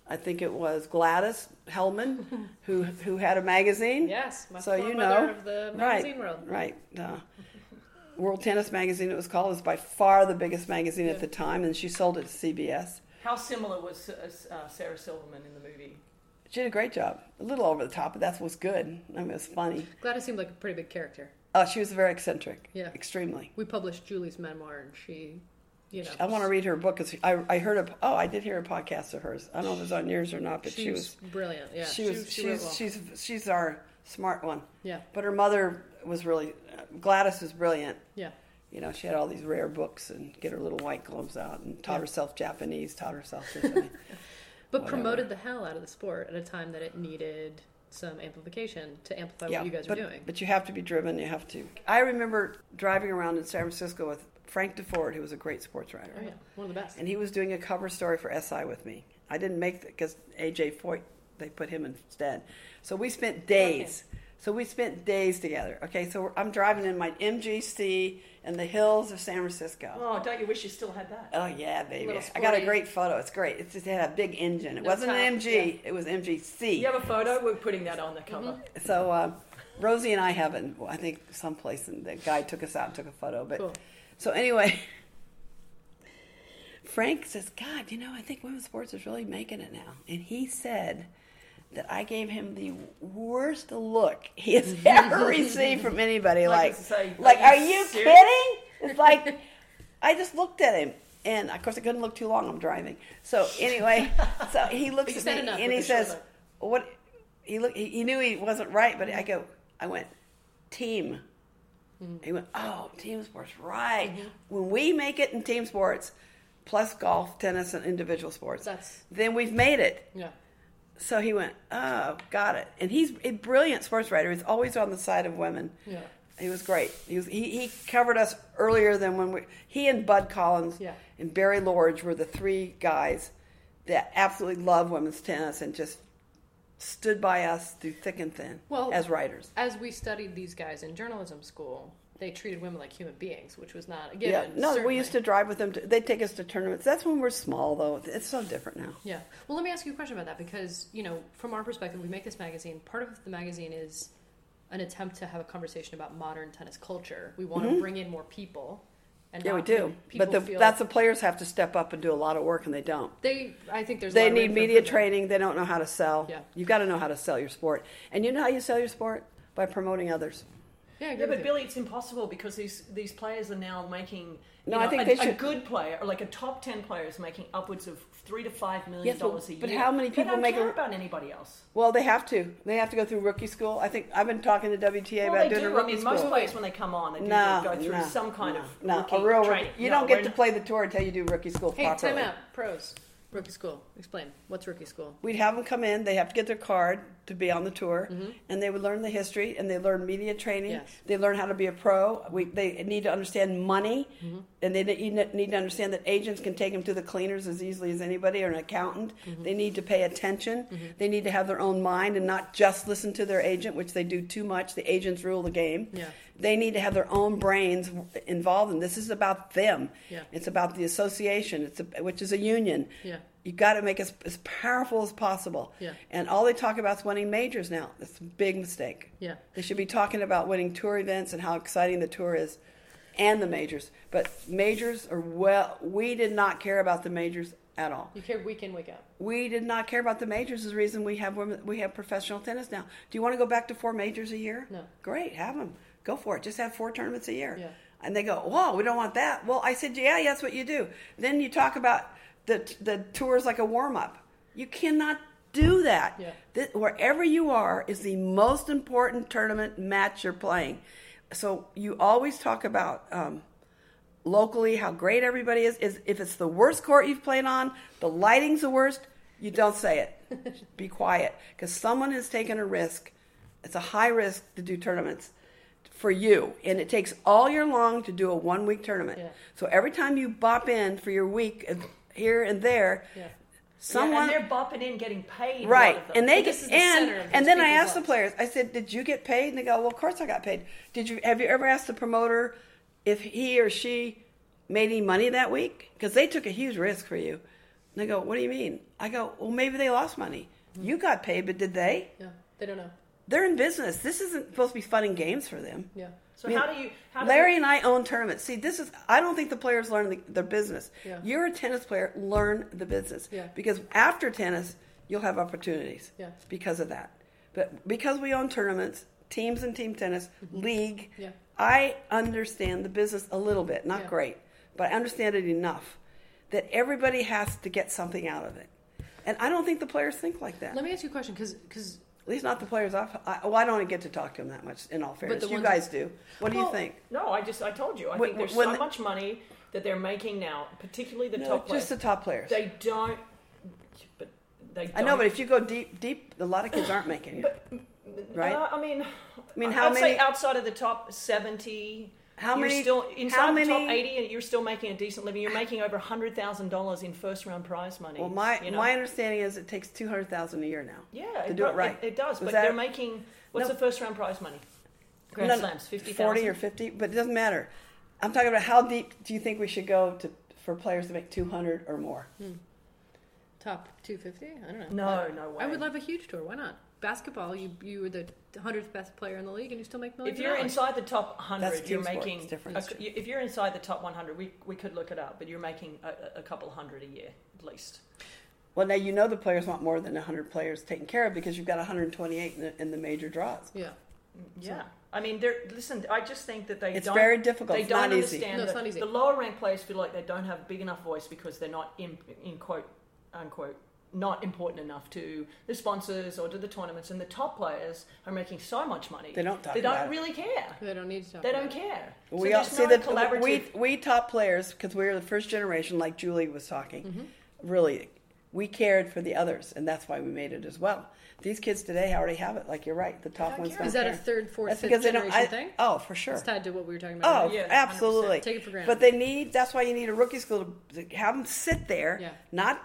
[SPEAKER 2] I think it was Gladys Hellman, who who had a magazine.
[SPEAKER 5] Yes, my
[SPEAKER 2] so you
[SPEAKER 5] foremother
[SPEAKER 2] know
[SPEAKER 5] of the
[SPEAKER 2] Right,
[SPEAKER 5] magazine world.
[SPEAKER 2] Right. Uh, World Tennis Magazine, it was called, was by far the biggest magazine at the time, and she sold it to CBS.
[SPEAKER 4] How similar was uh, uh, Sarah Silverman in the movie?
[SPEAKER 2] She did a great job. A little over the top, but that was good. I mean, it was funny.
[SPEAKER 5] Gladys seemed like a pretty big character.
[SPEAKER 2] Uh, she was very eccentric.
[SPEAKER 5] Yeah.
[SPEAKER 2] Extremely.
[SPEAKER 5] We published Julie's memoir, and she you know.
[SPEAKER 2] I want to read her book. 'cause I, I heard a oh I did hear a podcast of hers. I don't know if it was on yours or not, but
[SPEAKER 5] She,
[SPEAKER 2] she
[SPEAKER 5] was
[SPEAKER 2] was
[SPEAKER 5] brilliant. Yeah,
[SPEAKER 2] she was
[SPEAKER 5] she wrote
[SPEAKER 2] she's
[SPEAKER 5] well.
[SPEAKER 2] she's she's our smart one.
[SPEAKER 5] Yeah.
[SPEAKER 2] But her mother was really Gladys was brilliant.
[SPEAKER 5] yeah.
[SPEAKER 2] You know, she had all these rare books and get her little white gloves out and taught herself Japanese, taught herself this. and that.
[SPEAKER 5] But promoted the hell out of the sport at a time that it needed some amplification to amplify
[SPEAKER 2] yeah.
[SPEAKER 5] what you guys
[SPEAKER 2] but,
[SPEAKER 5] were doing.
[SPEAKER 2] But you have to be driven. You have to. I remember driving around in San Francisco with Frank DeFord, who was a great sports writer.
[SPEAKER 5] oh, yeah, one of the best.
[SPEAKER 2] and he was doing a cover story for SI with me. I didn't make it because AJ Foyt, they put him instead. So we spent days. So we spent days together. Okay, so we're- I'm driving in my MGC in the hills of San Francisco.
[SPEAKER 4] Oh, don't you wish you still had that?
[SPEAKER 2] Oh yeah, baby!
[SPEAKER 5] Little
[SPEAKER 2] I got a
[SPEAKER 5] sporty.
[SPEAKER 2] great photo. It's great. It's just it had a big engine. It
[SPEAKER 5] No
[SPEAKER 2] wasn't
[SPEAKER 5] top,
[SPEAKER 2] an MG. It was MGC.
[SPEAKER 4] You have a photo? We're putting that on the cover.
[SPEAKER 2] So um, Rosie and I haven't. Well, I think someplace and the guy took us out and took a photo. But
[SPEAKER 5] Cool.
[SPEAKER 2] so anyway, Frank says, "God, you know, I think women's sports is really making it now." And he said that I gave him the worst look he has ever received from anybody.
[SPEAKER 4] Like
[SPEAKER 2] Like,
[SPEAKER 4] I say,
[SPEAKER 2] like,
[SPEAKER 4] are
[SPEAKER 2] are
[SPEAKER 4] you
[SPEAKER 2] you
[SPEAKER 4] serious?"
[SPEAKER 2] kidding? It's like I just looked at him. And of course, I couldn't look too long. I'm driving. So anyway, so he looks
[SPEAKER 5] But you
[SPEAKER 2] at
[SPEAKER 5] said
[SPEAKER 2] me
[SPEAKER 5] enough
[SPEAKER 2] and
[SPEAKER 5] with
[SPEAKER 2] he
[SPEAKER 5] the short
[SPEAKER 2] says,
[SPEAKER 5] look.
[SPEAKER 2] what he looked he, he knew he wasn't right but i go i went team
[SPEAKER 5] Mm-hmm.
[SPEAKER 2] he went oh team sports right when we make it in team sports plus golf tennis and individual sports
[SPEAKER 5] That's-
[SPEAKER 2] then we've made it
[SPEAKER 5] yeah,
[SPEAKER 2] so he went oh got it and he's a brilliant sports writer he's always on the side of women
[SPEAKER 5] Yeah.
[SPEAKER 2] he was great he was he, he covered us earlier than when we he and bud collins
[SPEAKER 5] Yeah.
[SPEAKER 2] and barry lorge were the three guys that absolutely love women's tennis and just stood by us through thick and thin
[SPEAKER 5] Well-
[SPEAKER 2] as writers.
[SPEAKER 5] as we studied these guys in journalism school, they treated women like human beings, which was not a given.
[SPEAKER 2] Yeah, no, we
[SPEAKER 5] certainly.
[SPEAKER 2] used to drive with them. To, they'd take us to tournaments. That's when we're small, though. It's so different now.
[SPEAKER 5] Yeah. Well, let me ask you a question about that because, you know, from our perspective, we make this magazine. Part of the magazine is an attempt to have a conversation about modern tennis culture. We want to bring in more people. And
[SPEAKER 2] Mm-hmm. Yeah, we
[SPEAKER 5] not
[SPEAKER 2] do.
[SPEAKER 5] make people
[SPEAKER 2] But the,
[SPEAKER 5] feel-
[SPEAKER 2] that's the players have to step up and do a lot of work, and they don't.
[SPEAKER 5] They, I think there's. a lot
[SPEAKER 2] They
[SPEAKER 5] of
[SPEAKER 2] need
[SPEAKER 5] room for
[SPEAKER 2] media
[SPEAKER 5] improvement.
[SPEAKER 2] training. They don't know how to sell.
[SPEAKER 5] Yeah.
[SPEAKER 2] You've got to know how to sell your sport. And you know how you sell your sport? By promoting others.
[SPEAKER 5] Yeah, I agree
[SPEAKER 4] Yeah,
[SPEAKER 5] with
[SPEAKER 4] but
[SPEAKER 5] you.
[SPEAKER 4] Billy, it's impossible because these these players are now making. you
[SPEAKER 2] No, I
[SPEAKER 4] know,
[SPEAKER 2] think
[SPEAKER 4] a,
[SPEAKER 2] they
[SPEAKER 4] a
[SPEAKER 2] should-
[SPEAKER 4] good player, or like a top ten player, is making upwards of three to five million
[SPEAKER 2] Yes, but-
[SPEAKER 4] dollars a year.
[SPEAKER 2] but how many
[SPEAKER 4] They
[SPEAKER 2] people
[SPEAKER 4] don't
[SPEAKER 2] make a-
[SPEAKER 4] care about anybody else?
[SPEAKER 2] Well, they have to. They have to go through rookie school. I think I've been talking to WTA
[SPEAKER 4] Well,
[SPEAKER 2] about
[SPEAKER 4] they
[SPEAKER 2] doing
[SPEAKER 4] do.
[SPEAKER 2] a
[SPEAKER 4] I
[SPEAKER 2] rookie
[SPEAKER 4] mean,
[SPEAKER 2] school.
[SPEAKER 4] most players when they come on, they do
[SPEAKER 2] no,
[SPEAKER 4] go through
[SPEAKER 2] no,
[SPEAKER 4] some kind
[SPEAKER 2] no,
[SPEAKER 4] of
[SPEAKER 2] no.
[SPEAKER 4] rookie
[SPEAKER 2] a real
[SPEAKER 4] training.
[SPEAKER 2] rookie. You
[SPEAKER 4] No,
[SPEAKER 2] don't get
[SPEAKER 4] we're-
[SPEAKER 2] to play the tour until you do rookie school
[SPEAKER 5] Hey,
[SPEAKER 2] properly.
[SPEAKER 5] time out. Pros. Rookie school. Explain. What's rookie school?
[SPEAKER 2] We'd have them come in. They have to get their card to be on the tour, and they would learn the history and they learn media training.
[SPEAKER 5] Mm-hmm. Yes.
[SPEAKER 2] They learn how to be a pro. We, they need to understand money,
[SPEAKER 5] Mm-hmm.
[SPEAKER 2] and they ne- need to understand that agents can take them to the cleaners as easily as anybody or an accountant.
[SPEAKER 5] Mm-hmm.
[SPEAKER 2] They need to pay attention. They need to have their own mind and not just listen to their agent, which they do too much. The agents rule the game.
[SPEAKER 5] Yeah.
[SPEAKER 2] They need to have their own brains involved, and this is about them.
[SPEAKER 5] Yeah.
[SPEAKER 2] It's about the association, it's a, which is a union.
[SPEAKER 5] Yeah.
[SPEAKER 2] You got to make it as powerful as possible.
[SPEAKER 5] Yeah.
[SPEAKER 2] And all they talk about is winning majors now. That's a big mistake.
[SPEAKER 5] Yeah.
[SPEAKER 2] They should be talking about winning tour events and how exciting the tour is and the majors. But majors are well, we did not care about the majors at all.
[SPEAKER 5] You care week in, week out.
[SPEAKER 2] We did not care about the majors is the reason we have women we have professional tennis now. Do you want to go back to four majors a year?
[SPEAKER 5] No.
[SPEAKER 2] Great, have them. Go for it. Just have four tournaments a year.
[SPEAKER 5] Yeah.
[SPEAKER 2] And they go, "Whoa, we don't want that." Well, I said, "Yeah, that's what you do." Then you talk about the the tours like a warm up. You cannot do that.
[SPEAKER 5] Yeah.
[SPEAKER 2] Th- wherever you are is the most important tournament match you're playing. So you always talk about um, locally how great everybody is. Is if it's the worst court you've played on, the lighting's the worst. You don't say it. Be quiet because someone has taken a risk. It's a high risk to do tournaments for you, and it takes all year long to do a one week tournament.
[SPEAKER 5] Yeah.
[SPEAKER 2] So every time you bop in for your week of here and there,
[SPEAKER 5] Yeah.
[SPEAKER 4] Yeah,
[SPEAKER 2] someone
[SPEAKER 4] and they're bopping in, getting paid. a lot
[SPEAKER 2] Right,
[SPEAKER 4] of them.
[SPEAKER 2] and they
[SPEAKER 5] But
[SPEAKER 2] get
[SPEAKER 5] this is the
[SPEAKER 2] and
[SPEAKER 5] center of these
[SPEAKER 2] and then I
[SPEAKER 5] people's
[SPEAKER 2] asked the
[SPEAKER 5] lives.
[SPEAKER 2] players. I said, "Did you get paid?" And they go, "Well, of course I got paid." Did you have you ever asked the promoter if he or she made any money that week? Because they took a huge risk for you. And they go, "What do you mean?" I go, "Well, maybe they lost money. You got paid, but did they?
[SPEAKER 5] Yeah. They don't know.
[SPEAKER 2] They're in business. This isn't supposed to be fun and games for them."
[SPEAKER 5] Yeah.
[SPEAKER 4] So
[SPEAKER 2] I mean,
[SPEAKER 4] how do you? How do
[SPEAKER 2] Larry
[SPEAKER 4] you-
[SPEAKER 2] and I own tournaments. See, this is I don't think the players learn the, their business.
[SPEAKER 5] Yeah.
[SPEAKER 2] You're a tennis player, learn the business.
[SPEAKER 5] Yeah.
[SPEAKER 2] Because after tennis, you'll have opportunities.
[SPEAKER 5] Yeah.
[SPEAKER 2] Because of that. But because we own tournaments, teams and team tennis, league,
[SPEAKER 5] Mm-hmm. Yeah.
[SPEAKER 2] I understand the business a little bit, not
[SPEAKER 5] Yeah.
[SPEAKER 2] great. but I understand it enough that everybody has to get something out of it. And I don't think the players think like that.
[SPEAKER 5] Let me ask you a question, because
[SPEAKER 2] At least not the players off. I, well, I don't get to talk to them that much. In all fairness,
[SPEAKER 5] the
[SPEAKER 2] you
[SPEAKER 5] ones-
[SPEAKER 2] guys do. What do you
[SPEAKER 4] Well,
[SPEAKER 2] think?
[SPEAKER 4] No, I just I told you. I
[SPEAKER 2] When-
[SPEAKER 4] think there's
[SPEAKER 2] when
[SPEAKER 4] so
[SPEAKER 2] the-
[SPEAKER 4] much money that they're making now, particularly the
[SPEAKER 2] No,
[SPEAKER 4] top
[SPEAKER 2] just
[SPEAKER 4] players.
[SPEAKER 2] the top players.
[SPEAKER 4] They don't. But they. Don't,
[SPEAKER 2] I know, but if you go deep, deep, a lot of kids aren't making it. right?
[SPEAKER 4] Uh, I mean,
[SPEAKER 2] mean,
[SPEAKER 4] I mean,
[SPEAKER 2] how
[SPEAKER 4] I'd
[SPEAKER 2] many-
[SPEAKER 4] say outside of the top seventy.
[SPEAKER 2] How
[SPEAKER 4] you're
[SPEAKER 2] many-
[SPEAKER 4] Still
[SPEAKER 2] how
[SPEAKER 4] inside the top
[SPEAKER 2] many-
[SPEAKER 4] eighty, and you're still making a decent living. You're making over hundred thousand dollars in first round prize money.
[SPEAKER 2] well, my
[SPEAKER 4] you know?
[SPEAKER 2] my understanding is it takes two hundred thousand a year now.
[SPEAKER 4] yeah,
[SPEAKER 2] to do it
[SPEAKER 4] do-
[SPEAKER 2] right.
[SPEAKER 4] It,
[SPEAKER 2] Was
[SPEAKER 4] does, but
[SPEAKER 2] that-
[SPEAKER 4] they're making what's
[SPEAKER 2] No.
[SPEAKER 4] the first round prize money? Grand
[SPEAKER 2] No, no,
[SPEAKER 4] slams, fifty thousand.
[SPEAKER 2] forty or fifty, but it doesn't matter. I'm talking about how deep do you think we should go to for players to make two hundred or more?
[SPEAKER 5] top 250? I don't know.
[SPEAKER 4] No, no way.
[SPEAKER 5] I would love a huge tour. Why not? Basketball, you you were the 100th best player in the league and you still make millions
[SPEAKER 4] If you're
[SPEAKER 5] of dollars.
[SPEAKER 4] inside the top
[SPEAKER 2] That's
[SPEAKER 4] 100, you're
[SPEAKER 2] team sport.
[SPEAKER 4] making.
[SPEAKER 2] It's different.
[SPEAKER 4] a- you- if you're inside the top 100, we, we could look it up, but you're making a, a couple hundred a year at least.
[SPEAKER 2] Well, now you know the players want more than hundred players taken care of because you've got one hundred twenty-eight in the, in the major draws.
[SPEAKER 5] Yeah.
[SPEAKER 4] Yeah. I mean, they're, listen, I just think that they
[SPEAKER 2] It's
[SPEAKER 4] don't.
[SPEAKER 2] very difficult.
[SPEAKER 4] They
[SPEAKER 2] It's
[SPEAKER 4] don't
[SPEAKER 2] not easy.
[SPEAKER 4] understand.
[SPEAKER 5] No, it's
[SPEAKER 4] that
[SPEAKER 5] not easy.
[SPEAKER 4] The lower ranked players feel like they don't have a big enough voice because they're not, in, in quote, unquote, not important enough to the sponsors or to the tournaments. And the top players are making so much money.
[SPEAKER 2] They don't talk
[SPEAKER 4] They don't
[SPEAKER 2] about it.
[SPEAKER 4] really care.
[SPEAKER 5] They don't need to talk
[SPEAKER 4] They
[SPEAKER 5] about
[SPEAKER 4] don't
[SPEAKER 5] it.
[SPEAKER 4] care.
[SPEAKER 2] we
[SPEAKER 4] so
[SPEAKER 2] all
[SPEAKER 4] there's
[SPEAKER 2] see
[SPEAKER 4] no
[SPEAKER 2] that
[SPEAKER 4] collaborative.
[SPEAKER 2] we we top players because we were the first generation, like Julie was talking.
[SPEAKER 4] Mm-hmm.
[SPEAKER 2] Really, we cared for the others, and that's why we made it as well. These kids today already have it. Like you're right, the top ones. don't
[SPEAKER 5] Is that a
[SPEAKER 2] care.
[SPEAKER 5] third, fourth,
[SPEAKER 2] That's
[SPEAKER 5] fifth
[SPEAKER 2] because they don't-
[SPEAKER 5] generation
[SPEAKER 2] I-
[SPEAKER 5] thing?
[SPEAKER 2] Oh, for sure.
[SPEAKER 5] It's tied to what we were talking about.
[SPEAKER 2] Oh,
[SPEAKER 5] earlier.
[SPEAKER 4] Yeah,
[SPEAKER 2] absolutely.
[SPEAKER 5] 100%. Take it for granted.
[SPEAKER 2] But they need. That's why you need a rookie school to to have them sit there,
[SPEAKER 5] Yeah.
[SPEAKER 2] not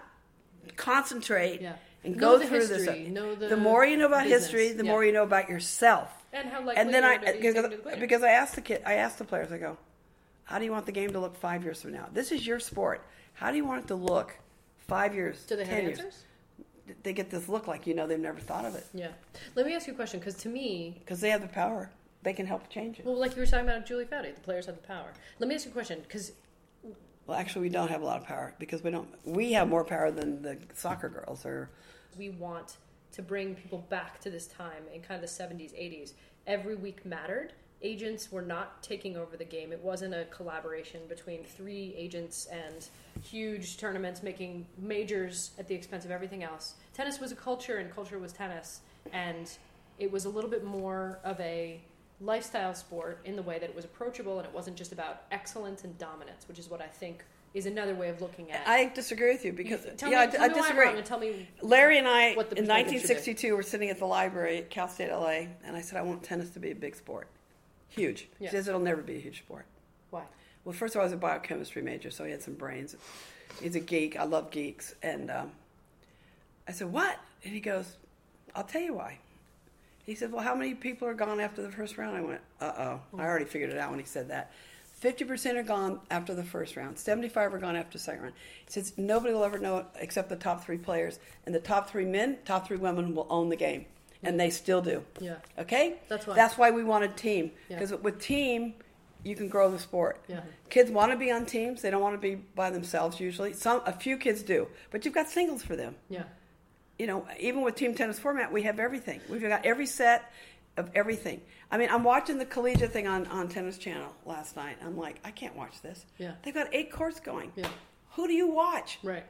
[SPEAKER 2] concentrate,
[SPEAKER 5] Yeah.
[SPEAKER 2] and
[SPEAKER 5] Know
[SPEAKER 2] go
[SPEAKER 5] the
[SPEAKER 2] through
[SPEAKER 5] history,
[SPEAKER 2] this.
[SPEAKER 5] know the
[SPEAKER 2] more you know about
[SPEAKER 5] business,
[SPEAKER 2] history, the
[SPEAKER 5] yeah.
[SPEAKER 2] more you know about yourself.
[SPEAKER 5] And how likely
[SPEAKER 2] And then
[SPEAKER 5] you
[SPEAKER 2] I
[SPEAKER 5] are to be
[SPEAKER 2] because,
[SPEAKER 5] taken to the player.
[SPEAKER 2] because I asked the kid, I asked the players, I go, how do you want the game to look five years from now? This is your sport. How do you want it to look five years?
[SPEAKER 5] Do they have
[SPEAKER 2] ten years?
[SPEAKER 5] answers?
[SPEAKER 2] They get this look like you know they've never thought of it
[SPEAKER 5] Yeah. Let me ask you a question because to me,
[SPEAKER 2] because they have the power. They can help change it.
[SPEAKER 5] well, like you were talking about Julie Foudy, the players have the power. Let me ask you a question because
[SPEAKER 2] Well, actually, we don't have a lot of power because we don't. We have more power than the soccer girls or.
[SPEAKER 5] we want to bring people back to this time in kind of the 70s, 80s. Every week mattered. Agents were not taking over the game. It wasn't a collaboration between three agents and huge tournaments making majors at the expense of everything else. Tennis was a culture, and culture was tennis. And it was a little bit more of a lifestyle sport in the way that it was approachable and it wasn't just about excellence and dominance, which is what I think is another way of looking at
[SPEAKER 2] I disagree with you because
[SPEAKER 5] Tell
[SPEAKER 2] yeah,
[SPEAKER 5] me,
[SPEAKER 2] I- I,
[SPEAKER 5] tell me why I'm
[SPEAKER 2] disagree.
[SPEAKER 5] wrong and tell me
[SPEAKER 2] Larry and I in
[SPEAKER 5] what the perspective should be.
[SPEAKER 2] 1962 were sitting at the library at Cal State LA, and I said I want tennis to be a big sport, huge.
[SPEAKER 5] Yeah.
[SPEAKER 2] She says it'll never be a huge sport.
[SPEAKER 5] why.
[SPEAKER 2] Well, first of all, I was a biochemistry major, so he had some brains. He's a geek. I love geeks. And um, I said, What? And he goes, I'll tell you why. He said, Well, how many people are gone after the first round? I went, Uh oh. I already figured it out when he said that. 50% are gone after the first round, 75 are gone after the second round. He says, Nobody will ever know it except the top three players. And the top three men, top three women will own the game. And they still do.
[SPEAKER 5] Yeah.
[SPEAKER 2] Okay?
[SPEAKER 5] That's why.
[SPEAKER 2] That's why we want a team.
[SPEAKER 5] Yeah.
[SPEAKER 2] Because with team, you can grow the sport.
[SPEAKER 5] Yeah.
[SPEAKER 2] Kids want to be on teams. They don't want to be by themselves usually. Some a few kids do, but you've got singles for them.
[SPEAKER 5] Yeah.
[SPEAKER 2] You know, even with team tennis format, we have everything. We've got every set of everything. I mean, I'm watching the collegiate thing on on Tennis Channel last night. I'm like, I can't watch this.
[SPEAKER 5] Yeah.
[SPEAKER 2] They've got eight courts going.
[SPEAKER 5] Yeah.
[SPEAKER 2] Who do you watch?
[SPEAKER 5] Right.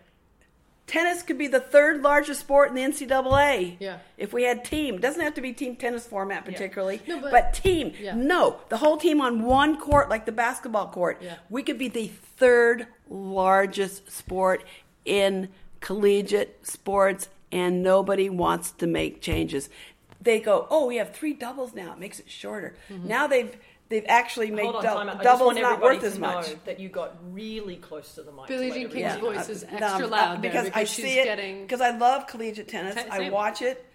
[SPEAKER 2] Tennis could be the third largest sport in the NCAA.
[SPEAKER 5] Yeah.
[SPEAKER 2] If we had team, it doesn't have to be team tennis format particularly,
[SPEAKER 5] No,
[SPEAKER 2] but,
[SPEAKER 5] but-
[SPEAKER 2] team.
[SPEAKER 5] Yeah.
[SPEAKER 2] No, the whole team on one court, like the basketball court.
[SPEAKER 5] Yeah.
[SPEAKER 2] We could be the third largest sport in collegiate sports, and nobody wants to make changes. They go, oh, we have three doubles now. It makes it shorter. Now they've they've actually made
[SPEAKER 4] Mm-hmm. Hold on,
[SPEAKER 2] dou-
[SPEAKER 4] time out. I just
[SPEAKER 2] doubles
[SPEAKER 4] want
[SPEAKER 2] not
[SPEAKER 4] everybody
[SPEAKER 2] worth as
[SPEAKER 4] to know
[SPEAKER 2] much.
[SPEAKER 4] that you got really close to the mic.
[SPEAKER 5] Billie
[SPEAKER 4] to let
[SPEAKER 5] Jean
[SPEAKER 4] everybody
[SPEAKER 5] King's
[SPEAKER 4] know.
[SPEAKER 5] voice. is extra
[SPEAKER 2] uh,
[SPEAKER 5] loud there because she's getting-
[SPEAKER 2] because I love collegiate tennis.
[SPEAKER 5] Ten-
[SPEAKER 2] I
[SPEAKER 5] same.
[SPEAKER 2] watch it.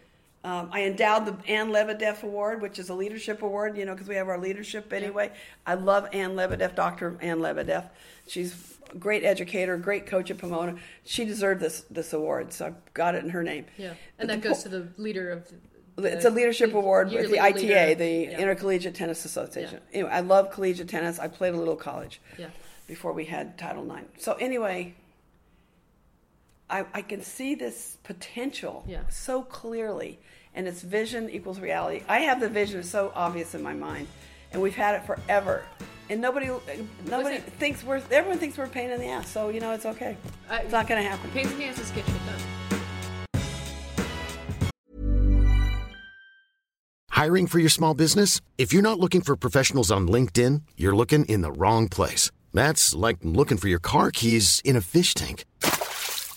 [SPEAKER 2] Um, I endowed the Ann Lebedeff Award, which is a leadership award, you know, because we have our leadership anyway. I love Ann Lebedeff, Dr. Ann Lebedeff. She's a great educator, great coach at Pomona. She deserved this this award, so I've got it in her name.
[SPEAKER 5] Yeah,
[SPEAKER 2] But
[SPEAKER 5] and
[SPEAKER 2] the
[SPEAKER 5] that
[SPEAKER 2] po-
[SPEAKER 5] goes to the leader of.
[SPEAKER 2] it's a leadership
[SPEAKER 5] the
[SPEAKER 2] award with the
[SPEAKER 5] yearly
[SPEAKER 2] ITA,
[SPEAKER 5] leader.
[SPEAKER 2] the
[SPEAKER 5] Yeah.
[SPEAKER 2] Intercollegiate Tennis Association. Anyway, I love collegiate tennis. I played a little college
[SPEAKER 5] Yeah.
[SPEAKER 2] before we had Title IX. So anyway, I, I can see this potential
[SPEAKER 5] Yeah.
[SPEAKER 2] so clearly, and its vision equals reality. I have the vision so obvious in my mind, and we've had it forever. and nobody nobody
[SPEAKER 5] Listen.
[SPEAKER 2] thinks we're everyone thinks we're a pain in the ass. So you know it's okay.
[SPEAKER 5] I-
[SPEAKER 2] it's not going to happen.
[SPEAKER 5] Pains in the asses get shit done.
[SPEAKER 1] Hiring for your small business? If you're not looking for professionals on LinkedIn, you're looking in the wrong place. That's like looking for your car keys in a fish tank.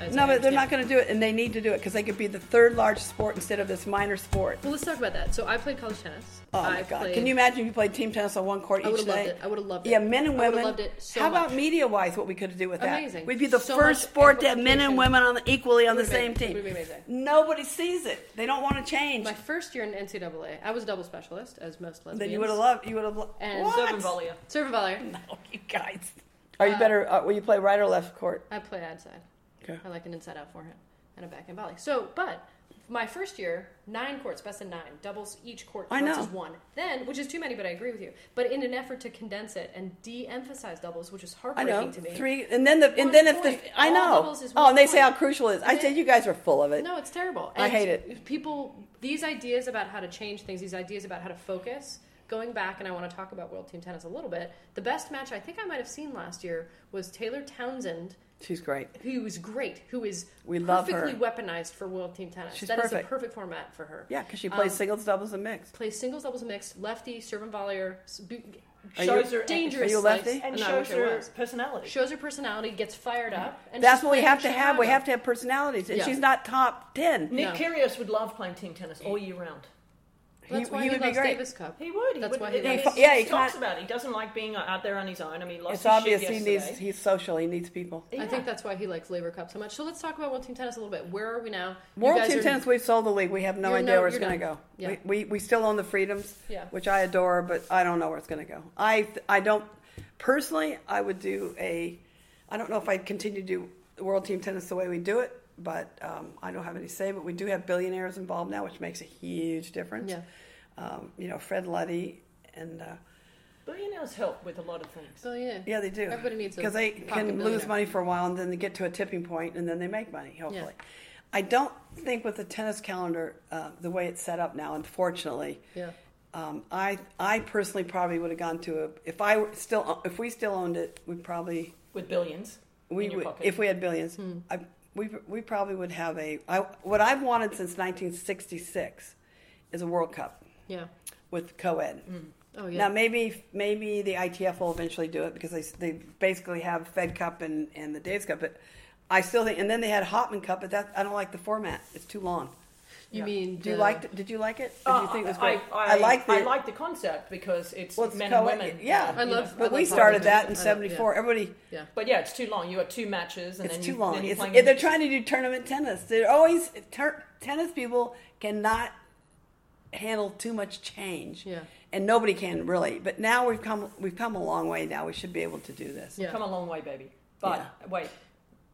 [SPEAKER 5] as
[SPEAKER 2] No,
[SPEAKER 5] I
[SPEAKER 2] but they're
[SPEAKER 5] understand.
[SPEAKER 2] not going to do it, and they need to do it because they could be the third largest sport instead of this minor sport.
[SPEAKER 5] Well, let's talk about that. So I played college tennis.
[SPEAKER 2] Oh
[SPEAKER 5] I
[SPEAKER 2] my God!
[SPEAKER 5] Played,
[SPEAKER 2] Can you imagine if you played team tennis on one court
[SPEAKER 5] I
[SPEAKER 2] each
[SPEAKER 5] would've
[SPEAKER 2] day?
[SPEAKER 5] loved it. I would've loved it.
[SPEAKER 2] Yeah, men and
[SPEAKER 5] I would've
[SPEAKER 2] women.
[SPEAKER 5] loved it so
[SPEAKER 2] How about
[SPEAKER 5] much.
[SPEAKER 2] media-wise, what we could do with that?
[SPEAKER 5] Amazing.
[SPEAKER 2] We'd be the
[SPEAKER 5] So
[SPEAKER 2] first
[SPEAKER 5] much
[SPEAKER 2] sport to have men and
[SPEAKER 5] amplification.
[SPEAKER 2] women on the, equally on the
[SPEAKER 5] Would've been-
[SPEAKER 2] same team.
[SPEAKER 5] would've been amazing.
[SPEAKER 2] Nobody sees it. They don't want to change.
[SPEAKER 5] My first year in NCAA, I was a double specialist, as most lesbians.
[SPEAKER 2] Then you would have loved. You would have. Lo-
[SPEAKER 5] And
[SPEAKER 2] what?
[SPEAKER 4] Serve and volley.
[SPEAKER 5] Serve and volley.
[SPEAKER 2] Oh, you guys. Are you better? Uh, will you play right or left court?
[SPEAKER 5] I play outside.
[SPEAKER 2] Okay.
[SPEAKER 5] I like an inside out forehand and a backhand volley. So, but my first year, nine courts, best of nine, doubles each court
[SPEAKER 2] I
[SPEAKER 5] counts
[SPEAKER 2] know.
[SPEAKER 5] as one. Then, which is too many, but I agree with you. But in an effort to condense it and de-emphasize doubles, which is
[SPEAKER 2] I
[SPEAKER 5] heartbreaking
[SPEAKER 2] know
[SPEAKER 5] to me.
[SPEAKER 2] three, and then the
[SPEAKER 5] One
[SPEAKER 2] and then if the
[SPEAKER 5] point.
[SPEAKER 2] I
[SPEAKER 5] All
[SPEAKER 2] know.
[SPEAKER 5] doubles is
[SPEAKER 2] Oh,
[SPEAKER 5] one
[SPEAKER 2] and they say how
[SPEAKER 5] point.
[SPEAKER 2] crucial it is. I
[SPEAKER 5] And
[SPEAKER 2] said
[SPEAKER 5] then-
[SPEAKER 2] you guys are full of it.
[SPEAKER 5] No, it's terrible.
[SPEAKER 2] I hate it.
[SPEAKER 5] People, these ideas about how to change things, these ideas about how to focus. Going back, and I want to talk about World Team Tennis a little bit. The best match I think I might have seen last year was Taylor Townsend,
[SPEAKER 2] She's great.
[SPEAKER 5] who is great, who is
[SPEAKER 2] We love her.
[SPEAKER 5] perfectly weaonized for World Team Tennis. That
[SPEAKER 2] She's
[SPEAKER 5] is
[SPEAKER 2] perfect.
[SPEAKER 5] the perfect format for her.
[SPEAKER 2] Yeah, because she plays
[SPEAKER 5] Um,
[SPEAKER 2] singles, doubles, and mixed.
[SPEAKER 5] Plays singles, doubles, and mixed, lefty, serve and volleyer. s- bo-
[SPEAKER 2] Are
[SPEAKER 4] shows
[SPEAKER 2] you-
[SPEAKER 4] her
[SPEAKER 5] dangerous.
[SPEAKER 2] Are you a
[SPEAKER 5] slice.
[SPEAKER 2] lefty?
[SPEAKER 4] and
[SPEAKER 5] No, I
[SPEAKER 4] shows
[SPEAKER 5] wish I
[SPEAKER 4] her
[SPEAKER 5] was.
[SPEAKER 4] personality.
[SPEAKER 5] Shows her personality, gets fired up. And
[SPEAKER 2] That's
[SPEAKER 5] she's
[SPEAKER 2] what we
[SPEAKER 5] playing
[SPEAKER 2] have
[SPEAKER 5] in
[SPEAKER 2] to have. We
[SPEAKER 5] Chicago.
[SPEAKER 2] have to have personalities, and
[SPEAKER 5] Yeah.
[SPEAKER 2] she's not top ten.
[SPEAKER 4] Nick
[SPEAKER 5] No.
[SPEAKER 4] Kyrgios would love playing team tennis all year round.
[SPEAKER 5] Well, That's
[SPEAKER 2] He-
[SPEAKER 5] why
[SPEAKER 2] he
[SPEAKER 5] he,
[SPEAKER 2] would be
[SPEAKER 5] loves
[SPEAKER 2] great.
[SPEAKER 5] Davis Cup.
[SPEAKER 4] He would. He
[SPEAKER 5] That's
[SPEAKER 4] would.
[SPEAKER 5] why he
[SPEAKER 4] and
[SPEAKER 5] loves.
[SPEAKER 2] fa-
[SPEAKER 4] he
[SPEAKER 2] yeah, he
[SPEAKER 4] talks
[SPEAKER 2] can't-
[SPEAKER 4] about it. He doesn't like being out there on his own. I mean, he lost
[SPEAKER 2] It's
[SPEAKER 4] his
[SPEAKER 2] obvious
[SPEAKER 4] shit
[SPEAKER 2] he
[SPEAKER 4] yesterday.
[SPEAKER 2] needs. He's social. He needs people.
[SPEAKER 5] I think that's why he likes Labor Cup so much. So let's talk about World Team Tennis a little bit. Where are we now? You
[SPEAKER 2] World
[SPEAKER 5] guys
[SPEAKER 2] Team
[SPEAKER 5] are-
[SPEAKER 2] Tennis, we've sold the league. We have no
[SPEAKER 5] You're
[SPEAKER 2] idea
[SPEAKER 5] no-
[SPEAKER 2] where it's
[SPEAKER 5] you're
[SPEAKER 2] going to
[SPEAKER 5] done.
[SPEAKER 2] go.
[SPEAKER 5] Yeah.
[SPEAKER 2] We, we, we still own the freedoms,
[SPEAKER 5] Yeah.
[SPEAKER 2] which I adore, but I don't know where it's going to go. I I don't personally. I would do a. I don't know if I'd continue to do World Team Tennis the way we do it, but um, I don't have any say. But we do have billionaires involved now, which makes a huge difference.
[SPEAKER 5] Yeah.
[SPEAKER 2] Um, you know, Fred Luddy and. Uh,
[SPEAKER 4] Billionaires help with a lot of things.
[SPEAKER 5] So yeah.
[SPEAKER 2] yeah, they do.
[SPEAKER 5] Everybody needs a
[SPEAKER 2] because they
[SPEAKER 5] pocket
[SPEAKER 2] can lose
[SPEAKER 5] billionaire.
[SPEAKER 2] money for a while and then they get to a tipping point and then they make money. Hopefully, I don't think with the tennis calendar uh, the way it's set up now, unfortunately.
[SPEAKER 5] Yeah.
[SPEAKER 2] Um, I I personally probably would have gone to a if I were still if we still owned it, we probably
[SPEAKER 4] With billions
[SPEAKER 2] we
[SPEAKER 4] in your
[SPEAKER 2] would
[SPEAKER 4] pocket.
[SPEAKER 2] if we had billions.
[SPEAKER 5] Hmm.
[SPEAKER 2] I, we we probably would have a I, what I've wanted since 1966 is a World Cup
[SPEAKER 5] Yeah.
[SPEAKER 2] with co-ed.
[SPEAKER 5] Oh yeah.
[SPEAKER 2] Now maybe maybe the ITF will eventually do it because they they basically have Fed Cup and, and the Davis Cup, but I still think and then they had Hopman Cup, but that I don't like the format. It's too long.
[SPEAKER 5] you mean
[SPEAKER 2] Do you
[SPEAKER 5] the- Uh,
[SPEAKER 2] like it? Did you like it? Did you think it was great?
[SPEAKER 4] Oh, I, I,
[SPEAKER 2] like the
[SPEAKER 4] I like the concept because it's,
[SPEAKER 2] well, it's
[SPEAKER 4] men
[SPEAKER 2] co-ed.
[SPEAKER 4] and women.
[SPEAKER 2] Yeah,
[SPEAKER 5] I love-
[SPEAKER 2] But
[SPEAKER 5] I
[SPEAKER 2] we
[SPEAKER 5] love
[SPEAKER 2] started
[SPEAKER 5] Hopman
[SPEAKER 2] that
[SPEAKER 5] Cup.
[SPEAKER 2] in
[SPEAKER 5] I love-
[SPEAKER 2] '74.
[SPEAKER 5] yeah.
[SPEAKER 2] Everybody.
[SPEAKER 5] Yeah.
[SPEAKER 4] But yeah, it's too long. You got two matches, and
[SPEAKER 2] It's
[SPEAKER 4] then
[SPEAKER 2] too
[SPEAKER 4] you,
[SPEAKER 2] long.
[SPEAKER 4] Then you're
[SPEAKER 2] It's,
[SPEAKER 4] playing
[SPEAKER 2] they're
[SPEAKER 4] against-
[SPEAKER 2] trying to do tournament tennis. They're always tur tennis people cannot handle too much change.
[SPEAKER 5] Yeah.
[SPEAKER 2] And nobody can really. But now we've come we've come a long way. Now we should be able to do this.
[SPEAKER 5] Yeah.
[SPEAKER 4] come a long way, baby. But wait,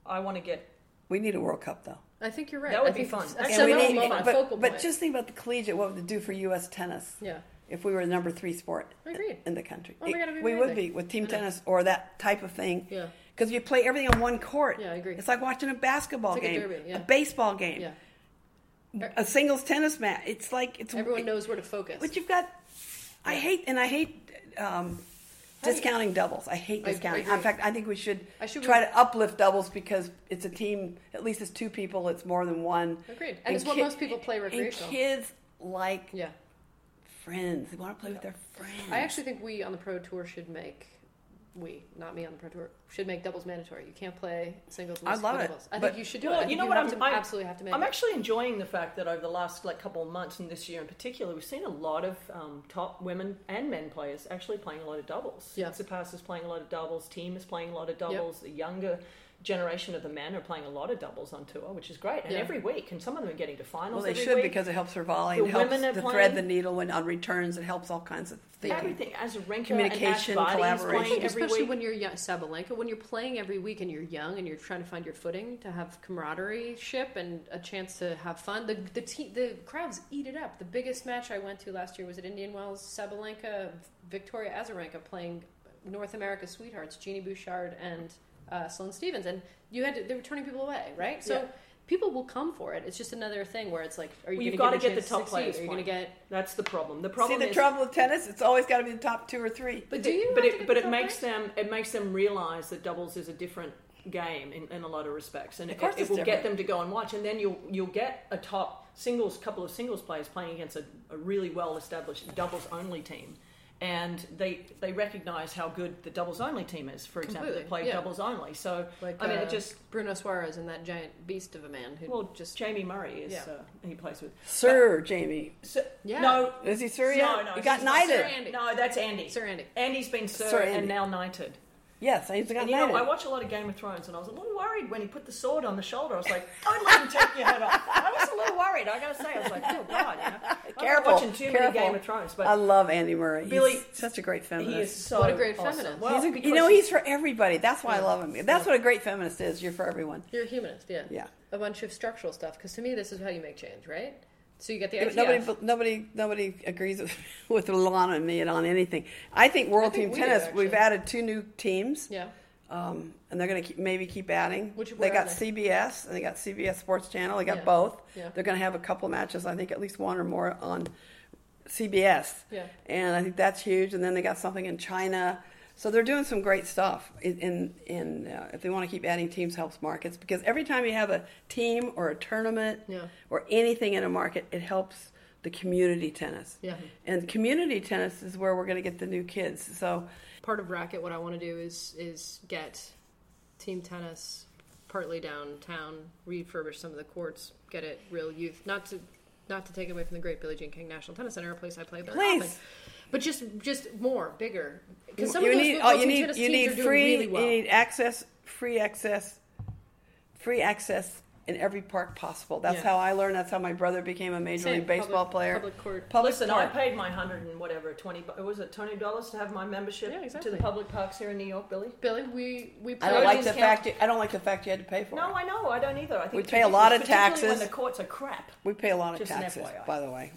[SPEAKER 4] I want to get.
[SPEAKER 2] We need a World Cup though.
[SPEAKER 5] I think you're right.
[SPEAKER 4] That would
[SPEAKER 5] I
[SPEAKER 4] be
[SPEAKER 5] think
[SPEAKER 4] fun.
[SPEAKER 5] it's
[SPEAKER 4] And
[SPEAKER 5] A
[SPEAKER 4] we
[SPEAKER 2] we
[SPEAKER 5] seminal
[SPEAKER 2] need-
[SPEAKER 5] moment, a
[SPEAKER 2] but,
[SPEAKER 5] focal
[SPEAKER 2] but
[SPEAKER 5] point.
[SPEAKER 2] just think about the collegiate. What it would do for U.S. tennis?
[SPEAKER 5] Yeah.
[SPEAKER 2] If we were the number three sport
[SPEAKER 5] I agree.
[SPEAKER 2] in the country,
[SPEAKER 5] Oh my God, it'd be
[SPEAKER 2] we would
[SPEAKER 5] amazing.
[SPEAKER 2] be with team
[SPEAKER 5] I know.
[SPEAKER 2] tennis or that type of thing.
[SPEAKER 5] Yeah.
[SPEAKER 2] Because you play everything on one court.
[SPEAKER 5] Yeah, I agree.
[SPEAKER 2] It's like watching a basketball
[SPEAKER 5] It's like a
[SPEAKER 2] game,
[SPEAKER 5] derby, yeah.
[SPEAKER 2] baseball game,
[SPEAKER 5] yeah.
[SPEAKER 2] a singles tennis match. It's like it's
[SPEAKER 5] Everyone
[SPEAKER 2] it-
[SPEAKER 5] knows where to focus.
[SPEAKER 2] But you've got, I hate, and I hate um, discounting doubles. I hate
[SPEAKER 5] I- I
[SPEAKER 2] discounting.
[SPEAKER 5] agree.
[SPEAKER 2] In fact, I think we should,
[SPEAKER 5] I should-
[SPEAKER 2] try to uplift doubles because it's a team. At least it's two people. It's more than one.
[SPEAKER 5] Agreed. And it's what most people play recreational.
[SPEAKER 2] And kids like
[SPEAKER 5] yeah.
[SPEAKER 2] friends. They want to play with their friends.
[SPEAKER 5] I actually think we on the pro tour should make we, not me on the pro tour, should make doubles mandatory. You can't play singles.
[SPEAKER 2] I
[SPEAKER 5] with
[SPEAKER 2] love it,
[SPEAKER 5] doubles. I
[SPEAKER 2] but-
[SPEAKER 5] think you should do
[SPEAKER 4] Well,
[SPEAKER 5] it. I think
[SPEAKER 4] you know what?
[SPEAKER 5] have
[SPEAKER 4] I'm
[SPEAKER 5] to,
[SPEAKER 4] I'm-
[SPEAKER 5] absolutely have to make.
[SPEAKER 4] I'm
[SPEAKER 5] it.
[SPEAKER 4] actually enjoying the fact that over the last like couple of months and this year in particular, we've seen a lot of um, top women and men players actually playing a lot of doubles.
[SPEAKER 5] Yeah.
[SPEAKER 4] Sipas is playing a lot of doubles. Team is playing a lot of doubles. The younger generation of the men are playing a lot of doubles on tour, which is great. And
[SPEAKER 5] Yeah.
[SPEAKER 4] every week, and some of them are getting to finals.
[SPEAKER 2] Well, they
[SPEAKER 4] every
[SPEAKER 2] should
[SPEAKER 4] week.
[SPEAKER 2] because it helps her volley.
[SPEAKER 4] The
[SPEAKER 2] It helps
[SPEAKER 4] women are
[SPEAKER 2] to
[SPEAKER 4] playing-
[SPEAKER 2] thread the needle when on returns. It helps all kinds of thinking.
[SPEAKER 4] everything as a rank
[SPEAKER 2] Communication, collaboration.
[SPEAKER 4] playing every
[SPEAKER 5] especially
[SPEAKER 4] week.
[SPEAKER 5] when you're young, Sabalenka, when you're playing every week and you're young and you're trying to find your footing to have camaraderie ship and a chance to have fun. The the te- the crowds eat it up. The biggest match I went to last year was at Indian Wells. Sabalenka, Victoria Azarenka playing North America sweethearts Jeannie Bouchard and uh, Sloane Stevens, and you had to, they were turning people away, right? So.
[SPEAKER 4] Yeah.
[SPEAKER 5] People will come for it. It's just another thing where it's like, are you
[SPEAKER 4] Well, you've
[SPEAKER 5] going
[SPEAKER 4] got
[SPEAKER 5] to
[SPEAKER 4] to
[SPEAKER 5] get,
[SPEAKER 4] get the top
[SPEAKER 5] players?
[SPEAKER 4] players.
[SPEAKER 5] Are you going to
[SPEAKER 4] playing.
[SPEAKER 5] get?
[SPEAKER 4] That's the problem. The
[SPEAKER 2] See
[SPEAKER 4] problem
[SPEAKER 2] the
[SPEAKER 4] is
[SPEAKER 2] trouble with tennis? It's always got to be the top two or three.
[SPEAKER 5] But do you?
[SPEAKER 4] but
[SPEAKER 5] have to
[SPEAKER 4] it
[SPEAKER 5] get
[SPEAKER 4] but
[SPEAKER 5] the
[SPEAKER 4] it
[SPEAKER 5] top
[SPEAKER 4] makes
[SPEAKER 5] players?
[SPEAKER 4] them it makes them realize that doubles is a different game in, in a lot of respects and
[SPEAKER 2] Of
[SPEAKER 4] it,
[SPEAKER 2] course
[SPEAKER 4] it
[SPEAKER 2] it's
[SPEAKER 4] will
[SPEAKER 2] different.
[SPEAKER 4] get them to go and watch and then you'll you'll get a top singles couple of singles players playing against a, a really well established doubles only team and they they recognize how good the doubles only team is for example they
[SPEAKER 5] Completely,
[SPEAKER 4] play
[SPEAKER 5] yeah.
[SPEAKER 4] doubles only so
[SPEAKER 5] Like,
[SPEAKER 4] i mean
[SPEAKER 5] uh,
[SPEAKER 4] it just
[SPEAKER 5] Bruno Suarez and that giant beast of a man who
[SPEAKER 4] well
[SPEAKER 5] just
[SPEAKER 4] jamie murray is
[SPEAKER 5] Yeah.
[SPEAKER 4] uh, he plays with
[SPEAKER 2] Sir Jamie,
[SPEAKER 4] so,
[SPEAKER 5] Yeah.
[SPEAKER 4] no
[SPEAKER 2] is he Sir yet?
[SPEAKER 4] no, no,
[SPEAKER 2] he got
[SPEAKER 4] he's not
[SPEAKER 2] knighted.
[SPEAKER 5] Sir Andy.
[SPEAKER 4] no that's andy
[SPEAKER 5] Sir Andy.
[SPEAKER 4] andy's been sir,
[SPEAKER 2] Sir Andy.
[SPEAKER 4] and now knighted
[SPEAKER 2] Yes, he's got knighted.
[SPEAKER 4] And you know, I watch a lot of Game of Thrones, and I was a little worried when he put the sword on the shoulder. I was like, "Don't let him take your head off." I was a little worried. I gotta say, I was like, "Oh God, you know, I'm not
[SPEAKER 2] careful,
[SPEAKER 4] watching too
[SPEAKER 2] careful.
[SPEAKER 4] many Game of Thrones."
[SPEAKER 2] I
[SPEAKER 4] But
[SPEAKER 2] love Andy Murray.
[SPEAKER 4] Billy-
[SPEAKER 2] he's such a great feminist.
[SPEAKER 4] he is so
[SPEAKER 5] What a great
[SPEAKER 4] awesome.
[SPEAKER 5] feminist.
[SPEAKER 4] Well,
[SPEAKER 2] He's a- you
[SPEAKER 4] because
[SPEAKER 2] know, he's for everybody. That's why I love him. That's what a great feminist is. You're for everyone.
[SPEAKER 5] You're a humanist, yeah.
[SPEAKER 2] Yeah.
[SPEAKER 5] A bunch of structural stuff. Because to me, this is how you make change, right? So you get the
[SPEAKER 2] Yeah, but
[SPEAKER 5] idea.
[SPEAKER 2] Nobody, nobody, nobody agrees with, with Lana and me on anything. I think World
[SPEAKER 5] I think
[SPEAKER 2] Team
[SPEAKER 5] we do,
[SPEAKER 2] Tennis. we've
[SPEAKER 5] actually.
[SPEAKER 2] added two new teams,
[SPEAKER 5] yeah.
[SPEAKER 2] um, and they're going to keep, maybe keep adding.
[SPEAKER 5] Which-
[SPEAKER 2] they
[SPEAKER 5] where
[SPEAKER 2] got
[SPEAKER 5] are they?
[SPEAKER 2] CBS and they got CBS Sports Channel. They got
[SPEAKER 5] Yeah.
[SPEAKER 2] both.
[SPEAKER 5] Yeah.
[SPEAKER 2] They're going to have a couple matches. I think at least one or more on CBS.
[SPEAKER 5] Yeah.
[SPEAKER 2] And I think that's huge. And then they got something in China. So they're doing some great stuff. In in, in uh, if they want to keep adding teams, helps markets because every time you have a team or a tournament
[SPEAKER 5] Yeah.
[SPEAKER 2] or anything in a market, it helps the community tennis.
[SPEAKER 5] Yeah.
[SPEAKER 2] And community tennis is where we're going to get the new kids. So
[SPEAKER 5] Part of racket, what I want to do is is get team tennis partly downtown, refurbish some of the courts, get it real youth. Not to not to take away from the great Billie Jean King National Tennis Center, a place I play, but
[SPEAKER 2] Please.
[SPEAKER 5] But just just more, bigger. Because some
[SPEAKER 2] you
[SPEAKER 5] of those
[SPEAKER 2] need
[SPEAKER 5] local
[SPEAKER 2] oh, you
[SPEAKER 5] team
[SPEAKER 2] need
[SPEAKER 5] tennis
[SPEAKER 2] you
[SPEAKER 5] teams
[SPEAKER 2] need
[SPEAKER 5] are doing
[SPEAKER 2] free
[SPEAKER 5] really well.
[SPEAKER 2] you need access, free access, free access in every park possible. That's
[SPEAKER 5] Yeah.
[SPEAKER 2] how I learned. That's how my brother became a major
[SPEAKER 5] Same,
[SPEAKER 2] league baseball
[SPEAKER 5] public-
[SPEAKER 2] player.
[SPEAKER 5] public court.
[SPEAKER 2] Public
[SPEAKER 4] listen, I
[SPEAKER 2] court.
[SPEAKER 4] paid my hundred and whatever twenty. bu- Was it twenty dollars to have my membership
[SPEAKER 5] Yeah,
[SPEAKER 4] to
[SPEAKER 5] exactly.
[SPEAKER 4] the public parks here in New York, Billy?
[SPEAKER 5] Billy, we we
[SPEAKER 2] I
[SPEAKER 5] played
[SPEAKER 2] don't like the
[SPEAKER 4] Discount.
[SPEAKER 2] fact you, I don't like the fact you had to pay for
[SPEAKER 4] No,
[SPEAKER 2] it.
[SPEAKER 4] I know, I don't either. I think
[SPEAKER 2] We
[SPEAKER 4] it's
[SPEAKER 2] pay a lot of
[SPEAKER 4] ridiculous, particularly
[SPEAKER 2] taxes.
[SPEAKER 4] when the courts are crap.
[SPEAKER 2] We pay a lot of
[SPEAKER 4] Just an
[SPEAKER 2] taxes,
[SPEAKER 4] FYI.
[SPEAKER 2] by the way.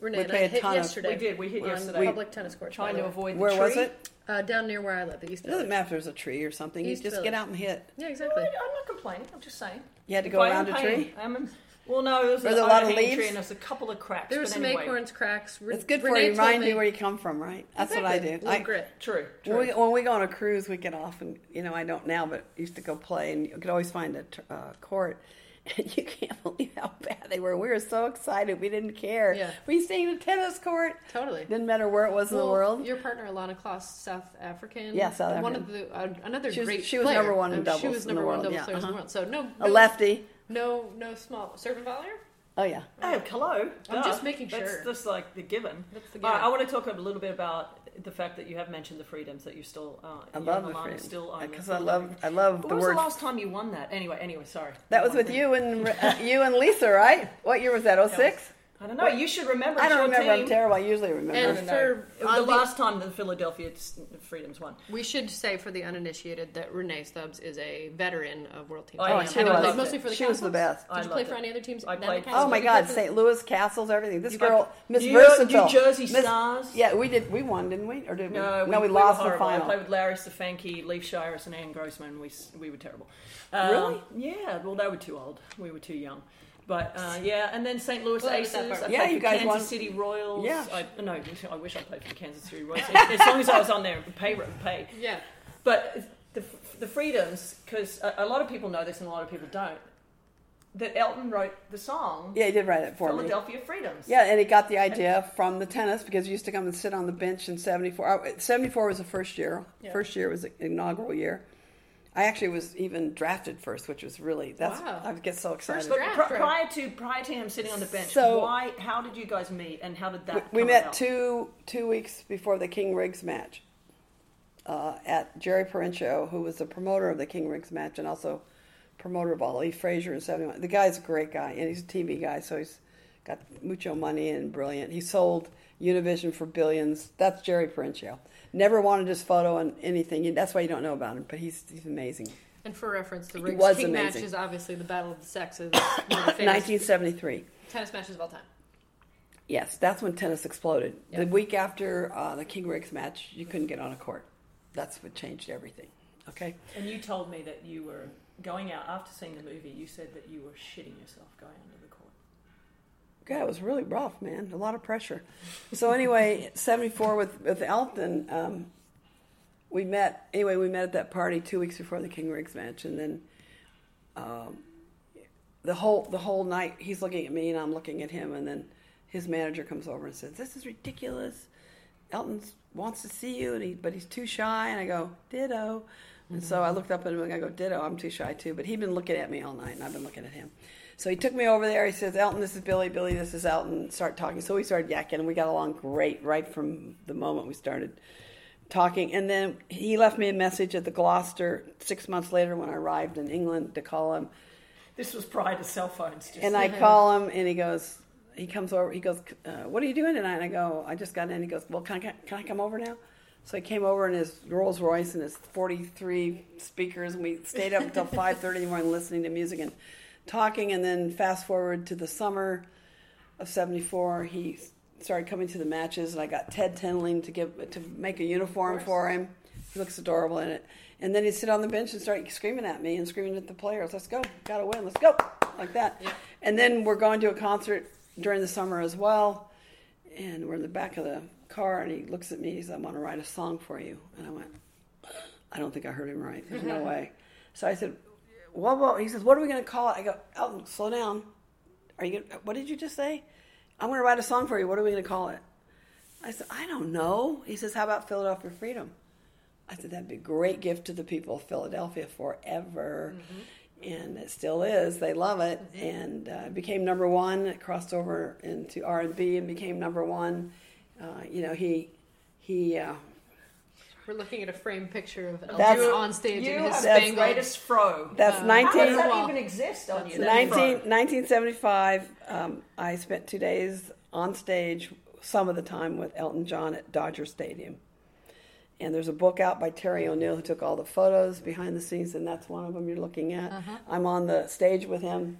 [SPEAKER 5] Renee
[SPEAKER 2] We
[SPEAKER 5] and
[SPEAKER 2] pay
[SPEAKER 5] I
[SPEAKER 2] a
[SPEAKER 5] hit
[SPEAKER 2] ton of-
[SPEAKER 5] yesterday.
[SPEAKER 4] We did, we hit
[SPEAKER 5] on
[SPEAKER 4] yesterday.
[SPEAKER 5] public tennis courts. by
[SPEAKER 4] Trying
[SPEAKER 5] the
[SPEAKER 4] to
[SPEAKER 5] way.
[SPEAKER 4] avoid the
[SPEAKER 2] Where
[SPEAKER 4] tree.
[SPEAKER 2] was it?
[SPEAKER 5] Uh, down near where I live, the East
[SPEAKER 2] It doesn't
[SPEAKER 5] Village.
[SPEAKER 2] matter if there's a tree or something.
[SPEAKER 5] East
[SPEAKER 2] you just get
[SPEAKER 5] Village.
[SPEAKER 2] out and hit.
[SPEAKER 5] Yeah,
[SPEAKER 4] Well,
[SPEAKER 5] exactly.
[SPEAKER 4] I- I'm not complaining. I'm just saying.
[SPEAKER 2] You had to
[SPEAKER 4] If
[SPEAKER 2] go
[SPEAKER 4] I
[SPEAKER 2] around
[SPEAKER 4] am
[SPEAKER 2] a
[SPEAKER 4] paying-
[SPEAKER 2] tree?
[SPEAKER 4] I'm in- well, no, there was
[SPEAKER 2] Were
[SPEAKER 4] an
[SPEAKER 2] there a lot of
[SPEAKER 4] overhanging
[SPEAKER 2] leaves?
[SPEAKER 4] tree and there's a couple of cracks.
[SPEAKER 5] There were
[SPEAKER 4] but
[SPEAKER 5] some
[SPEAKER 4] anyway.
[SPEAKER 5] acorns, cracks. Re-
[SPEAKER 2] It's good for
[SPEAKER 5] Renee
[SPEAKER 2] you.
[SPEAKER 5] told
[SPEAKER 2] Remind
[SPEAKER 5] me,
[SPEAKER 2] you where you come from, right? That's what I
[SPEAKER 5] Exactly.
[SPEAKER 2] do.
[SPEAKER 5] Little
[SPEAKER 2] I,
[SPEAKER 5] grit.
[SPEAKER 4] True.
[SPEAKER 2] When we, when we go on a cruise, we get off, and you know I don't now, but used to go play, and you could always find a tr- uh, court. And you can't believe how bad they were. We were so excited, we didn't care.
[SPEAKER 5] Yeah.
[SPEAKER 2] We seen a tennis court.
[SPEAKER 5] Totally.
[SPEAKER 2] Didn't matter where it was in the
[SPEAKER 5] Well,
[SPEAKER 2] world.
[SPEAKER 5] Your partner, Alana Kloss, South African.
[SPEAKER 2] Yeah, South
[SPEAKER 5] One of
[SPEAKER 2] African.
[SPEAKER 5] the uh, another
[SPEAKER 2] She was-
[SPEAKER 5] great.
[SPEAKER 2] she was
[SPEAKER 5] player.
[SPEAKER 2] number one in
[SPEAKER 5] Um, She
[SPEAKER 2] doubles
[SPEAKER 5] was
[SPEAKER 2] in the
[SPEAKER 5] number one
[SPEAKER 2] world,
[SPEAKER 5] doubles
[SPEAKER 2] yeah,
[SPEAKER 5] players in
[SPEAKER 2] uh-huh.
[SPEAKER 5] the world. So no,
[SPEAKER 2] A
[SPEAKER 5] no-
[SPEAKER 2] lefty.
[SPEAKER 5] No, no small serve and volleyer.
[SPEAKER 2] Oh yeah.
[SPEAKER 4] Oh, hello. Duh.
[SPEAKER 5] I'm just making sure.
[SPEAKER 4] That's just like the given.
[SPEAKER 5] That's the
[SPEAKER 4] All right,
[SPEAKER 5] given.
[SPEAKER 4] I want to talk a little bit about the fact that you have mentioned the freedoms that you still. Uh,
[SPEAKER 2] I
[SPEAKER 4] you
[SPEAKER 2] love
[SPEAKER 4] and
[SPEAKER 2] the
[SPEAKER 4] Alana
[SPEAKER 2] freedom
[SPEAKER 4] Still own
[SPEAKER 2] because
[SPEAKER 4] your
[SPEAKER 2] I
[SPEAKER 4] freedom.
[SPEAKER 2] love I love
[SPEAKER 4] When
[SPEAKER 2] the
[SPEAKER 4] was
[SPEAKER 2] word.
[SPEAKER 4] the last time you won that? Anyway, anyway, sorry.
[SPEAKER 2] that was with you and uh, you and Lisa, right? What year was that? Oh six.
[SPEAKER 4] I don't know. You should remember.
[SPEAKER 2] I
[SPEAKER 4] it's
[SPEAKER 2] don't
[SPEAKER 4] your
[SPEAKER 2] remember. I'm
[SPEAKER 4] team.
[SPEAKER 2] terrible. I usually remember.
[SPEAKER 5] And for
[SPEAKER 4] The
[SPEAKER 5] on
[SPEAKER 4] last time the Philadelphia Freedoms won.
[SPEAKER 5] We should say for the uninitiated that Renee Stubbs is a veteran of World Team.
[SPEAKER 4] Oh,
[SPEAKER 5] Tennis.
[SPEAKER 4] yeah.
[SPEAKER 2] she
[SPEAKER 5] And
[SPEAKER 4] I
[SPEAKER 2] was.
[SPEAKER 5] played
[SPEAKER 4] loved
[SPEAKER 5] mostly
[SPEAKER 4] it.
[SPEAKER 5] for the
[SPEAKER 2] she was the
[SPEAKER 5] Castles.
[SPEAKER 2] best.
[SPEAKER 4] I
[SPEAKER 5] Did you
[SPEAKER 4] loved
[SPEAKER 5] play
[SPEAKER 4] it.
[SPEAKER 5] for any other teams?
[SPEAKER 4] I
[SPEAKER 5] None of
[SPEAKER 4] played-
[SPEAKER 5] the
[SPEAKER 2] Oh
[SPEAKER 5] Castles?
[SPEAKER 2] my
[SPEAKER 5] Did you
[SPEAKER 2] God,
[SPEAKER 5] play for-
[SPEAKER 2] St. Louis Castles, everything. This
[SPEAKER 4] You
[SPEAKER 2] girl,
[SPEAKER 4] got
[SPEAKER 2] Miss
[SPEAKER 4] New-
[SPEAKER 2] Versatile.
[SPEAKER 4] New Jersey
[SPEAKER 2] Miss-
[SPEAKER 4] Stars.
[SPEAKER 2] Yeah, we did. We won, didn't we? Or did we?
[SPEAKER 4] No,
[SPEAKER 2] we,
[SPEAKER 4] were
[SPEAKER 2] lost the
[SPEAKER 4] horrible. I played
[SPEAKER 2] final.
[SPEAKER 4] with Larry Stefanke, Leif Shiras, and Ann Grossman. We s- we were terrible. Um,
[SPEAKER 2] Really?
[SPEAKER 4] Yeah. Well, they were too old. We were too young. But uh, yeah, and then St. Louis
[SPEAKER 5] Well, that was
[SPEAKER 4] Aces.
[SPEAKER 5] that
[SPEAKER 4] I
[SPEAKER 5] part.
[SPEAKER 2] Yeah,
[SPEAKER 4] played
[SPEAKER 2] you
[SPEAKER 4] for
[SPEAKER 2] guys
[SPEAKER 4] Kansas
[SPEAKER 2] won.
[SPEAKER 4] City Royals.
[SPEAKER 2] Yeah.
[SPEAKER 4] I, no, I wish I played for the Kansas City Royals. as long as I was on their pay pay.
[SPEAKER 5] Yeah.
[SPEAKER 4] But the, the freedoms, because a, a lot of people know this and a lot of people don't. that Elton wrote the song
[SPEAKER 2] Yeah, he did write it for me.
[SPEAKER 4] Philadelphia Freedoms.
[SPEAKER 2] Yeah, and he got the idea from the tennis because he used to come and sit on the bench in 74. I- 74 was the first year. First year was the inaugural year. I actually was even drafted first, which was really, that's,
[SPEAKER 5] Wow.
[SPEAKER 2] I get so excited.
[SPEAKER 4] First, but
[SPEAKER 5] Draft,
[SPEAKER 4] pri-
[SPEAKER 5] right.
[SPEAKER 4] prior to prior to him sitting on the bench,
[SPEAKER 2] So-
[SPEAKER 4] why? How did you guys meet, and how did that?
[SPEAKER 2] we
[SPEAKER 4] come
[SPEAKER 2] met
[SPEAKER 4] about?
[SPEAKER 2] two two weeks before the King Riggs match uh, at Jerry Parencio, who was the promoter of the King Riggs match and also promoter of all Lee Frazier and 71. The guy's a great guy, and he's a TV guy, so he's got mucho money and brilliant. He sold Univision for billions. That's Jerry Parencio. Never wanted his photo on anything. That's why you don't know about him, but he's, he's amazing.
[SPEAKER 5] And for reference, the Riggs
[SPEAKER 2] was
[SPEAKER 5] King match
[SPEAKER 2] amazing.
[SPEAKER 5] is obviously the battle of the sexes, one of the famous
[SPEAKER 2] 1973.
[SPEAKER 5] tennis matches of all time.
[SPEAKER 2] Yes, that's when tennis exploded. The
[SPEAKER 5] Yeah.
[SPEAKER 2] week after uh, the King Riggs match, you couldn't get on a court. That's what changed everything. Okay.
[SPEAKER 4] And you told me that you were going out after seeing the movie. You said that you were shitting yourself going under the court.
[SPEAKER 2] God, it was really rough, man. A lot of pressure. So anyway, '74 with with Elton, um, we met. Anyway, we met at that party two weeks before the King Riggs match, and then um, the whole the whole night he's looking at me and I'm looking at him, and then his manager comes over and says, "This is ridiculous. Elton wants to see you, and he, but he's too shy." And I go, "Ditto." And so I looked up at him and I go, "Ditto, I'm too shy too." But he'd been looking at me all night, and I've been looking at him. So he took me over there. He says, "Elton, this is Billy. Billy, this is Elton." Start talking. So we started yakking, and we got along great right from the moment we started talking. And then he left me a message at the Gloucester six months later when I arrived in England to call him.
[SPEAKER 4] This was prior to cell phones. Just
[SPEAKER 2] And I call him, and he goes, he comes over, he goes, uh, what are you doing tonight? And I go, I just got in. He goes, well, can I, can I come over now? So he came over in his Rolls Royce and his 43 speakers, and we stayed up until 5.30 in the morning listening to music and talking. And then fast forward to the summer of 74, he started coming to the matches, and I got Ted Tenling to give to make a uniform for him. He looks adorable in it. And then he'd sit on the bench and start screaming at me and screaming at the players, let's go, gotta win, let's go, like that. And then we're going to a concert during the summer as well, and we're in the back of the car, and he looks at me, he says, I wanna write a song for you. And I went, I don't think I heard him right. There's no way. So I said, "What?" what- He says, "What are we going to call it?" I go, "Elton, slow down. Are you? Gonna, what did you just say? I'm going to write a song for you. What are we going to call it?" I said, "I don't know." He says, "How about Philadelphia Freedom?" I said, "That'd be a great gift to the people of Philadelphia forever."
[SPEAKER 4] Mm-hmm.
[SPEAKER 2] And it still is. They love it, and uh, it became number one. It crossed over into R and B and became number one. Uh, you know, he he uh,
[SPEAKER 5] We're looking at a framed picture of
[SPEAKER 2] That's-
[SPEAKER 5] Elton on stage
[SPEAKER 4] you
[SPEAKER 5] in his
[SPEAKER 2] that's
[SPEAKER 4] have the
[SPEAKER 5] spangled.
[SPEAKER 4] greatest fro.
[SPEAKER 2] that's
[SPEAKER 4] how does
[SPEAKER 2] nineteen.
[SPEAKER 4] that
[SPEAKER 5] Well,
[SPEAKER 4] even exist on you? that
[SPEAKER 2] 19,
[SPEAKER 4] fro?
[SPEAKER 2] 1975, um, I spent two days on stage, some of the time with Elton John at Dodger Stadium. And there's a book out by Terry O'Neill who took all the photos behind the scenes, and that's one of them you're looking at. I'm on the stage with him.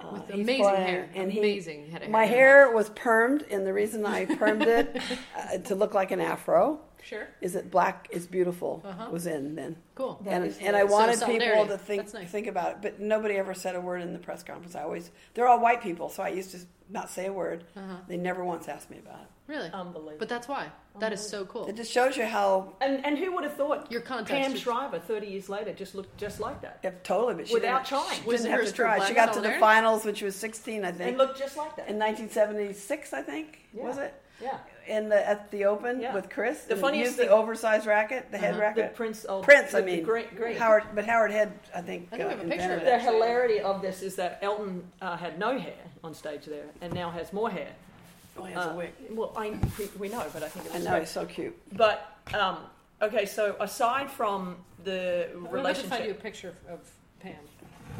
[SPEAKER 2] Uh,
[SPEAKER 5] Uh-huh. With
[SPEAKER 2] he's
[SPEAKER 5] amazing hair,
[SPEAKER 2] he-
[SPEAKER 5] amazing head of
[SPEAKER 2] My
[SPEAKER 5] hair.
[SPEAKER 2] hair was permed, and the reason I permed it uh, to look like an afro.
[SPEAKER 5] Sure. Uh-huh.
[SPEAKER 2] Is that black is beautiful was in then.
[SPEAKER 5] Cool. That
[SPEAKER 2] And,
[SPEAKER 5] is-
[SPEAKER 2] and I
[SPEAKER 5] so
[SPEAKER 2] wanted people
[SPEAKER 5] solidarity.
[SPEAKER 2] to think
[SPEAKER 5] That's nice.
[SPEAKER 2] think about it, but nobody ever said a word in the press conference. I always they're all white people, so I used to not say a word.
[SPEAKER 5] Uh-huh.
[SPEAKER 2] They never once asked me about it.
[SPEAKER 5] Really?
[SPEAKER 4] Unbelievable.
[SPEAKER 5] But that's why. That is so cool.
[SPEAKER 2] It just shows you how
[SPEAKER 4] And and who would have thought
[SPEAKER 5] Your context
[SPEAKER 4] Pam
[SPEAKER 5] is-
[SPEAKER 4] Shriver thirty years later just looked just like that
[SPEAKER 2] yeah, totally. But she
[SPEAKER 4] Without
[SPEAKER 2] didn't,
[SPEAKER 4] trying.
[SPEAKER 2] she
[SPEAKER 5] Was
[SPEAKER 2] didn't
[SPEAKER 5] it
[SPEAKER 2] have
[SPEAKER 5] her
[SPEAKER 2] to
[SPEAKER 5] strip
[SPEAKER 2] try.
[SPEAKER 5] black
[SPEAKER 2] She got to the
[SPEAKER 5] solidarity?
[SPEAKER 2] finals when she was sixteen, I think.
[SPEAKER 4] and looked just like that.
[SPEAKER 2] in 1976, I think
[SPEAKER 4] Yeah.
[SPEAKER 2] was it?
[SPEAKER 4] Yeah.
[SPEAKER 2] In the at the Open
[SPEAKER 4] Yeah.
[SPEAKER 2] with Chris,
[SPEAKER 4] The
[SPEAKER 2] and
[SPEAKER 4] funniest
[SPEAKER 2] used
[SPEAKER 4] thing- Uh-huh.
[SPEAKER 2] the oversized racket, the head racket.
[SPEAKER 4] The Prince of-
[SPEAKER 2] Prince, I
[SPEAKER 4] the- the
[SPEAKER 2] mean,
[SPEAKER 4] great- great.
[SPEAKER 2] Howard, but Howard Head, I think. uh,
[SPEAKER 5] I think we have a picture
[SPEAKER 2] invented
[SPEAKER 5] of
[SPEAKER 2] it.
[SPEAKER 4] the hilarity of this is that Elton uh, had no hair on stage there, and now has more hair.
[SPEAKER 2] Oh, he has a
[SPEAKER 4] Uh,
[SPEAKER 2] wig.
[SPEAKER 4] Well, I, we, we know, but I think it
[SPEAKER 2] I
[SPEAKER 4] was
[SPEAKER 2] know he's so cute.
[SPEAKER 4] But um, okay, so aside from the
[SPEAKER 5] I'm about to find you a
[SPEAKER 4] relationship,
[SPEAKER 5] picture of Pam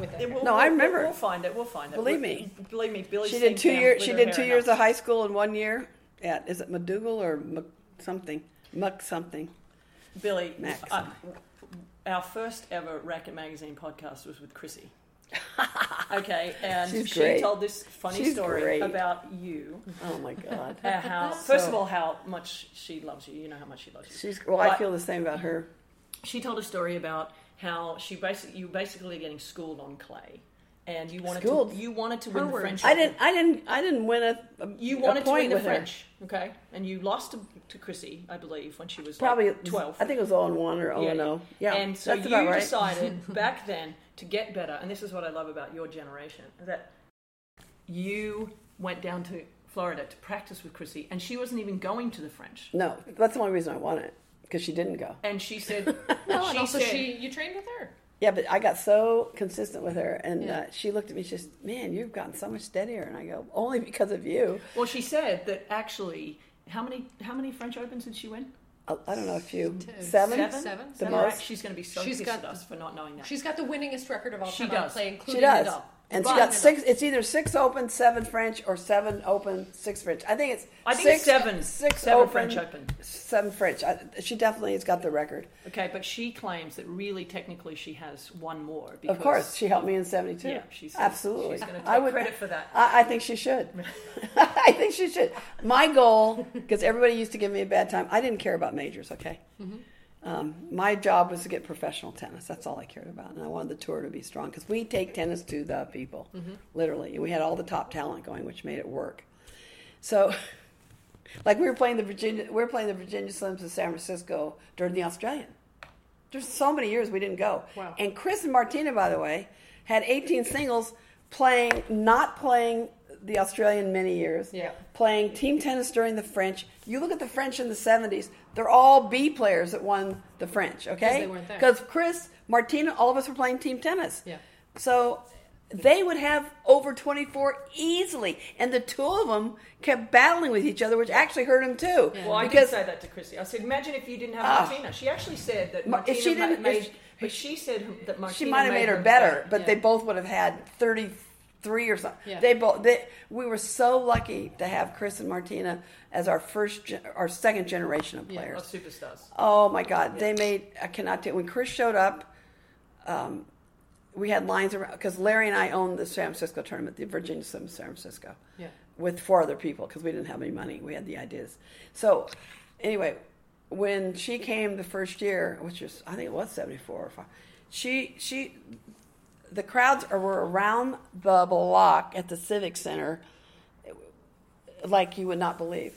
[SPEAKER 5] with that.
[SPEAKER 4] Yeah, we'll-
[SPEAKER 2] No,
[SPEAKER 4] we'll-
[SPEAKER 2] I remember.
[SPEAKER 4] We'll find it. We'll find it.
[SPEAKER 2] Believe me.
[SPEAKER 4] We- Believe me. Billy.
[SPEAKER 2] She did two years. She did two years of
[SPEAKER 4] Of,
[SPEAKER 2] high school and one year at is it McDougal or Mc, something Muck something.
[SPEAKER 4] Billy.
[SPEAKER 2] Max.
[SPEAKER 4] uh, our first ever Racket Magazine podcast was with Chrissy. Okay, and
[SPEAKER 2] She's
[SPEAKER 4] she
[SPEAKER 2] great.
[SPEAKER 4] told this funny
[SPEAKER 2] She's
[SPEAKER 4] story
[SPEAKER 2] great.
[SPEAKER 4] about you.
[SPEAKER 2] Oh my God,
[SPEAKER 4] uh, how, first of
[SPEAKER 2] So-
[SPEAKER 4] all, how much she loves you. You know how much she loves you.
[SPEAKER 2] she's well. I
[SPEAKER 4] But-
[SPEAKER 2] feel the same about her.
[SPEAKER 4] she told a story about how she basically you were basically getting schooled on clay and you wanted
[SPEAKER 2] Schooled.
[SPEAKER 4] to you wanted to win the
[SPEAKER 5] word.
[SPEAKER 4] French.
[SPEAKER 2] I didn't. I didn't. I didn't win a. a
[SPEAKER 4] You
[SPEAKER 2] a
[SPEAKER 4] wanted to
[SPEAKER 2] point
[SPEAKER 4] win the
[SPEAKER 2] with her.
[SPEAKER 4] French, okay? And you lost to, to Chrissy, I believe, when she was like,
[SPEAKER 2] Probably
[SPEAKER 4] twelve.
[SPEAKER 2] I think it was all in one or all in oh. Yeah,
[SPEAKER 4] And so
[SPEAKER 2] that's
[SPEAKER 4] you
[SPEAKER 2] about right.
[SPEAKER 4] decided back then to get better, and this is what I love about your generation that you went down to Florida to practice with Chrissy, and she wasn't even going to the French.
[SPEAKER 2] No, that's the only reason I won it because she didn't go.
[SPEAKER 4] And she said,
[SPEAKER 5] No, Oh, and
[SPEAKER 4] she
[SPEAKER 5] also
[SPEAKER 4] said,
[SPEAKER 5] she you trained with her.
[SPEAKER 2] Yeah, but I got so consistent with her, and
[SPEAKER 5] Yeah.
[SPEAKER 2] uh, she looked at me. She just, man, you've gotten so much steadier. And I go, only because of you.
[SPEAKER 4] Well, she said that actually, how many how many French Opens did she win?
[SPEAKER 2] I, I don't know, a few
[SPEAKER 5] Two.
[SPEAKER 2] seven,
[SPEAKER 5] Seven? Seven?
[SPEAKER 2] the
[SPEAKER 5] Seven.
[SPEAKER 4] You're right,
[SPEAKER 2] most.
[SPEAKER 4] She's going to be so
[SPEAKER 5] She's
[SPEAKER 4] pissed
[SPEAKER 5] got
[SPEAKER 4] at us for not knowing that.
[SPEAKER 5] She's got the winningest record of all
[SPEAKER 4] She
[SPEAKER 5] time on
[SPEAKER 4] does.
[SPEAKER 5] clay,
[SPEAKER 4] She
[SPEAKER 2] She
[SPEAKER 5] including
[SPEAKER 2] does,
[SPEAKER 5] Nadal.
[SPEAKER 2] and she
[SPEAKER 5] But-
[SPEAKER 2] got six. It's either six open, seven French, or seven open, six French. I think it's.
[SPEAKER 4] I think
[SPEAKER 2] six,
[SPEAKER 4] it's seven.
[SPEAKER 2] six
[SPEAKER 4] Seven
[SPEAKER 2] open,
[SPEAKER 4] French Open.
[SPEAKER 2] seven French. I, she definitely has got the record.
[SPEAKER 4] Okay, but she claims that really technically she has one more. Because
[SPEAKER 2] Of course, she helped me in '72.
[SPEAKER 4] Yeah, she says
[SPEAKER 2] absolutely.
[SPEAKER 4] she's gonna
[SPEAKER 2] I
[SPEAKER 4] take
[SPEAKER 2] would
[SPEAKER 4] credit for that.
[SPEAKER 2] I, I think she should. I think she should. My goal, because everybody used to give me a bad time. I didn't care about majors. Okay.
[SPEAKER 4] Mm-hmm.
[SPEAKER 2] Um, my job was to get professional tennis. That's all I cared about, and I wanted the tour to be strong because we take tennis to the people,
[SPEAKER 4] Mm-hmm.
[SPEAKER 2] literally. And we had all the top talent going, which made it work. So, like we were playing the Virginia, we were playing the Virginia Slims in San Francisco during the Australian. There's so many years we didn't go.
[SPEAKER 5] Wow.
[SPEAKER 2] And Chris and Martina, by the way, had 18 singles playing, not playing the Australian many years.
[SPEAKER 5] Yeah.
[SPEAKER 2] Playing team tennis during the French. You look at the French in the 70s, they're all B players that won the French, okay?
[SPEAKER 5] they weren't there.
[SPEAKER 2] Because Chris, Martina, all of us were playing team tennis.
[SPEAKER 5] Yeah.
[SPEAKER 2] So they would have over 24 easily. And the two of them kept battling with each other, which actually hurt them too.
[SPEAKER 4] Well, I did
[SPEAKER 2] because
[SPEAKER 4] say that to Chrissy. I said, imagine if you didn't have
[SPEAKER 2] Ah.
[SPEAKER 4] Martina. She actually said that
[SPEAKER 2] Ma- if
[SPEAKER 4] Martina
[SPEAKER 2] she
[SPEAKER 4] ma-
[SPEAKER 2] didn't-
[SPEAKER 4] made,
[SPEAKER 2] if-
[SPEAKER 4] but she said that Martina
[SPEAKER 2] she might have made her better, but they both would have had 33 or something.
[SPEAKER 5] Yeah.
[SPEAKER 2] They both they, we were so lucky to have Chris and Martina as our first gen- our second generation of
[SPEAKER 4] Of
[SPEAKER 2] players.
[SPEAKER 4] superstars.
[SPEAKER 2] Oh my God, they made I cannot tell. When Chris showed up, um, we had lines around because Larry and I owned the San Francisco tournament, the Virginia Slims San Francisco,
[SPEAKER 5] Yeah.
[SPEAKER 2] with four other people because we didn't have any money. We had the ideas. So, anyway, when she came the first year, which was I think it was seventy four or five, she she the crowds are- were around the block at the Civic Center like you would not believe.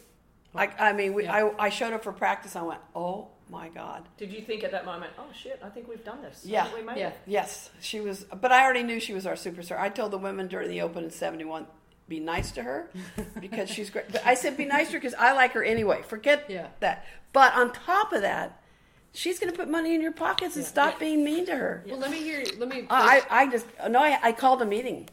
[SPEAKER 2] I, I mean, we, I, I showed up for practice. I went, oh my God.
[SPEAKER 4] Did you think at that moment, oh shit, I think we've done this. I
[SPEAKER 2] Yeah.
[SPEAKER 4] think we made
[SPEAKER 5] Yeah.
[SPEAKER 4] it.
[SPEAKER 2] Yes, she was, but I already knew she was our superstar. I told the women during the Open in 71, be nice to her because she's great. But I said, be nice to her because I like her anyway. Forget
[SPEAKER 5] Yeah.
[SPEAKER 2] that. But on top of that, she's going to put money in your pockets and stop being mean to her.
[SPEAKER 5] Well, let me hear. Let me.
[SPEAKER 2] Uh, I, I I just uh, no. I, I called a meeting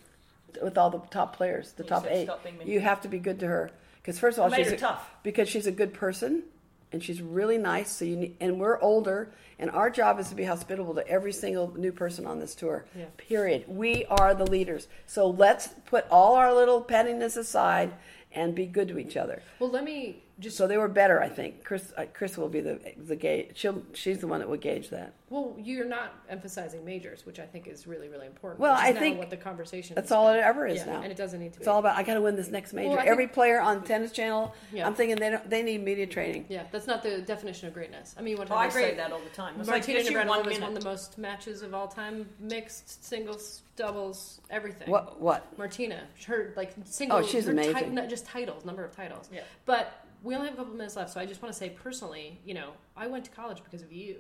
[SPEAKER 2] with all the top players, the top
[SPEAKER 4] said
[SPEAKER 2] eight.
[SPEAKER 4] stop being mean.
[SPEAKER 2] You have to be good to her because first of all,
[SPEAKER 4] Made
[SPEAKER 2] she's
[SPEAKER 4] her
[SPEAKER 2] a-
[SPEAKER 4] tough.
[SPEAKER 2] because she's a good person and she's really nice. So you need, and we're older, and our job is to be hospitable to every single new person on this tour. Period. We are the leaders, so let's put all our little pettiness aside and be good to each other.
[SPEAKER 5] well, let me just.
[SPEAKER 2] So they were better, I think. Chris uh, Chris will be the the gauge. She'll she's the one that will gauge that.
[SPEAKER 5] Well, you're not emphasizing majors, which I think is really, really important.
[SPEAKER 2] Well,
[SPEAKER 5] which is
[SPEAKER 2] I
[SPEAKER 5] now
[SPEAKER 2] think
[SPEAKER 5] what the conversation.
[SPEAKER 2] That's
[SPEAKER 5] is
[SPEAKER 2] all it
[SPEAKER 5] about.
[SPEAKER 2] ever is
[SPEAKER 5] Yeah,
[SPEAKER 2] now.
[SPEAKER 5] and it doesn't need to
[SPEAKER 2] It's
[SPEAKER 5] be.
[SPEAKER 2] all about I got to win this next major.
[SPEAKER 5] Well, I
[SPEAKER 2] Every
[SPEAKER 5] think-
[SPEAKER 2] player on Tennis Channel,
[SPEAKER 5] Yeah.
[SPEAKER 2] I'm thinking they don't, they need media training.
[SPEAKER 5] Yeah, that's not the definition of greatness. I mean, what
[SPEAKER 4] Oh, I
[SPEAKER 5] I
[SPEAKER 4] say that all the time. It's like,
[SPEAKER 5] Martina
[SPEAKER 4] get you one
[SPEAKER 5] Navratilova has won
[SPEAKER 4] minute.
[SPEAKER 5] the most matches of all time, mixed singles, doubles, everything.
[SPEAKER 2] What what?
[SPEAKER 5] Martina, her like single.
[SPEAKER 2] Oh, she's
[SPEAKER 5] her Ti-
[SPEAKER 2] amazing.
[SPEAKER 5] not just titles, number of titles.
[SPEAKER 4] Yeah.
[SPEAKER 5] But we only have a couple minutes left, so I just want to say personally, you know, I went to college because of you.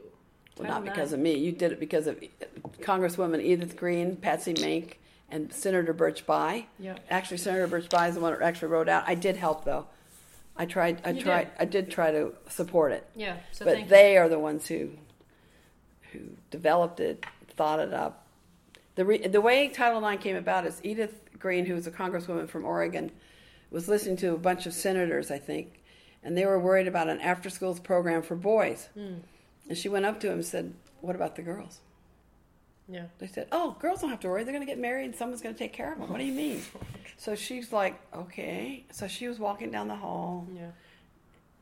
[SPEAKER 2] Well,
[SPEAKER 5] Title
[SPEAKER 2] not because
[SPEAKER 5] IX.
[SPEAKER 2] of me. You did it because of uh, Congresswoman Edith Green, Patsy Mink, and Senator Birch Bayh.
[SPEAKER 5] Yeah.
[SPEAKER 2] Actually, Senator Birch Bayh is the one that actually wrote out. I did help though. I tried. I
[SPEAKER 5] You
[SPEAKER 2] tried.
[SPEAKER 5] did.
[SPEAKER 2] I did try to support it.
[SPEAKER 5] Yeah. So
[SPEAKER 2] but
[SPEAKER 5] thank you.
[SPEAKER 2] they are the ones who who developed it, thought it up. The re, the way Title IX came about is Edith Green, who was a congresswoman from Oregon, was listening to a bunch of senators, I think, and they were worried about an after schools program for boys.
[SPEAKER 5] Hmm.
[SPEAKER 2] And she went up to him and said, "What about the girls?"
[SPEAKER 5] Yeah.
[SPEAKER 2] They said, "Oh, girls don't have to worry. They're going to get married, and someone's going to take care of them." What do you mean? So she's like, "Okay." So she was walking down the hall,
[SPEAKER 5] Yeah.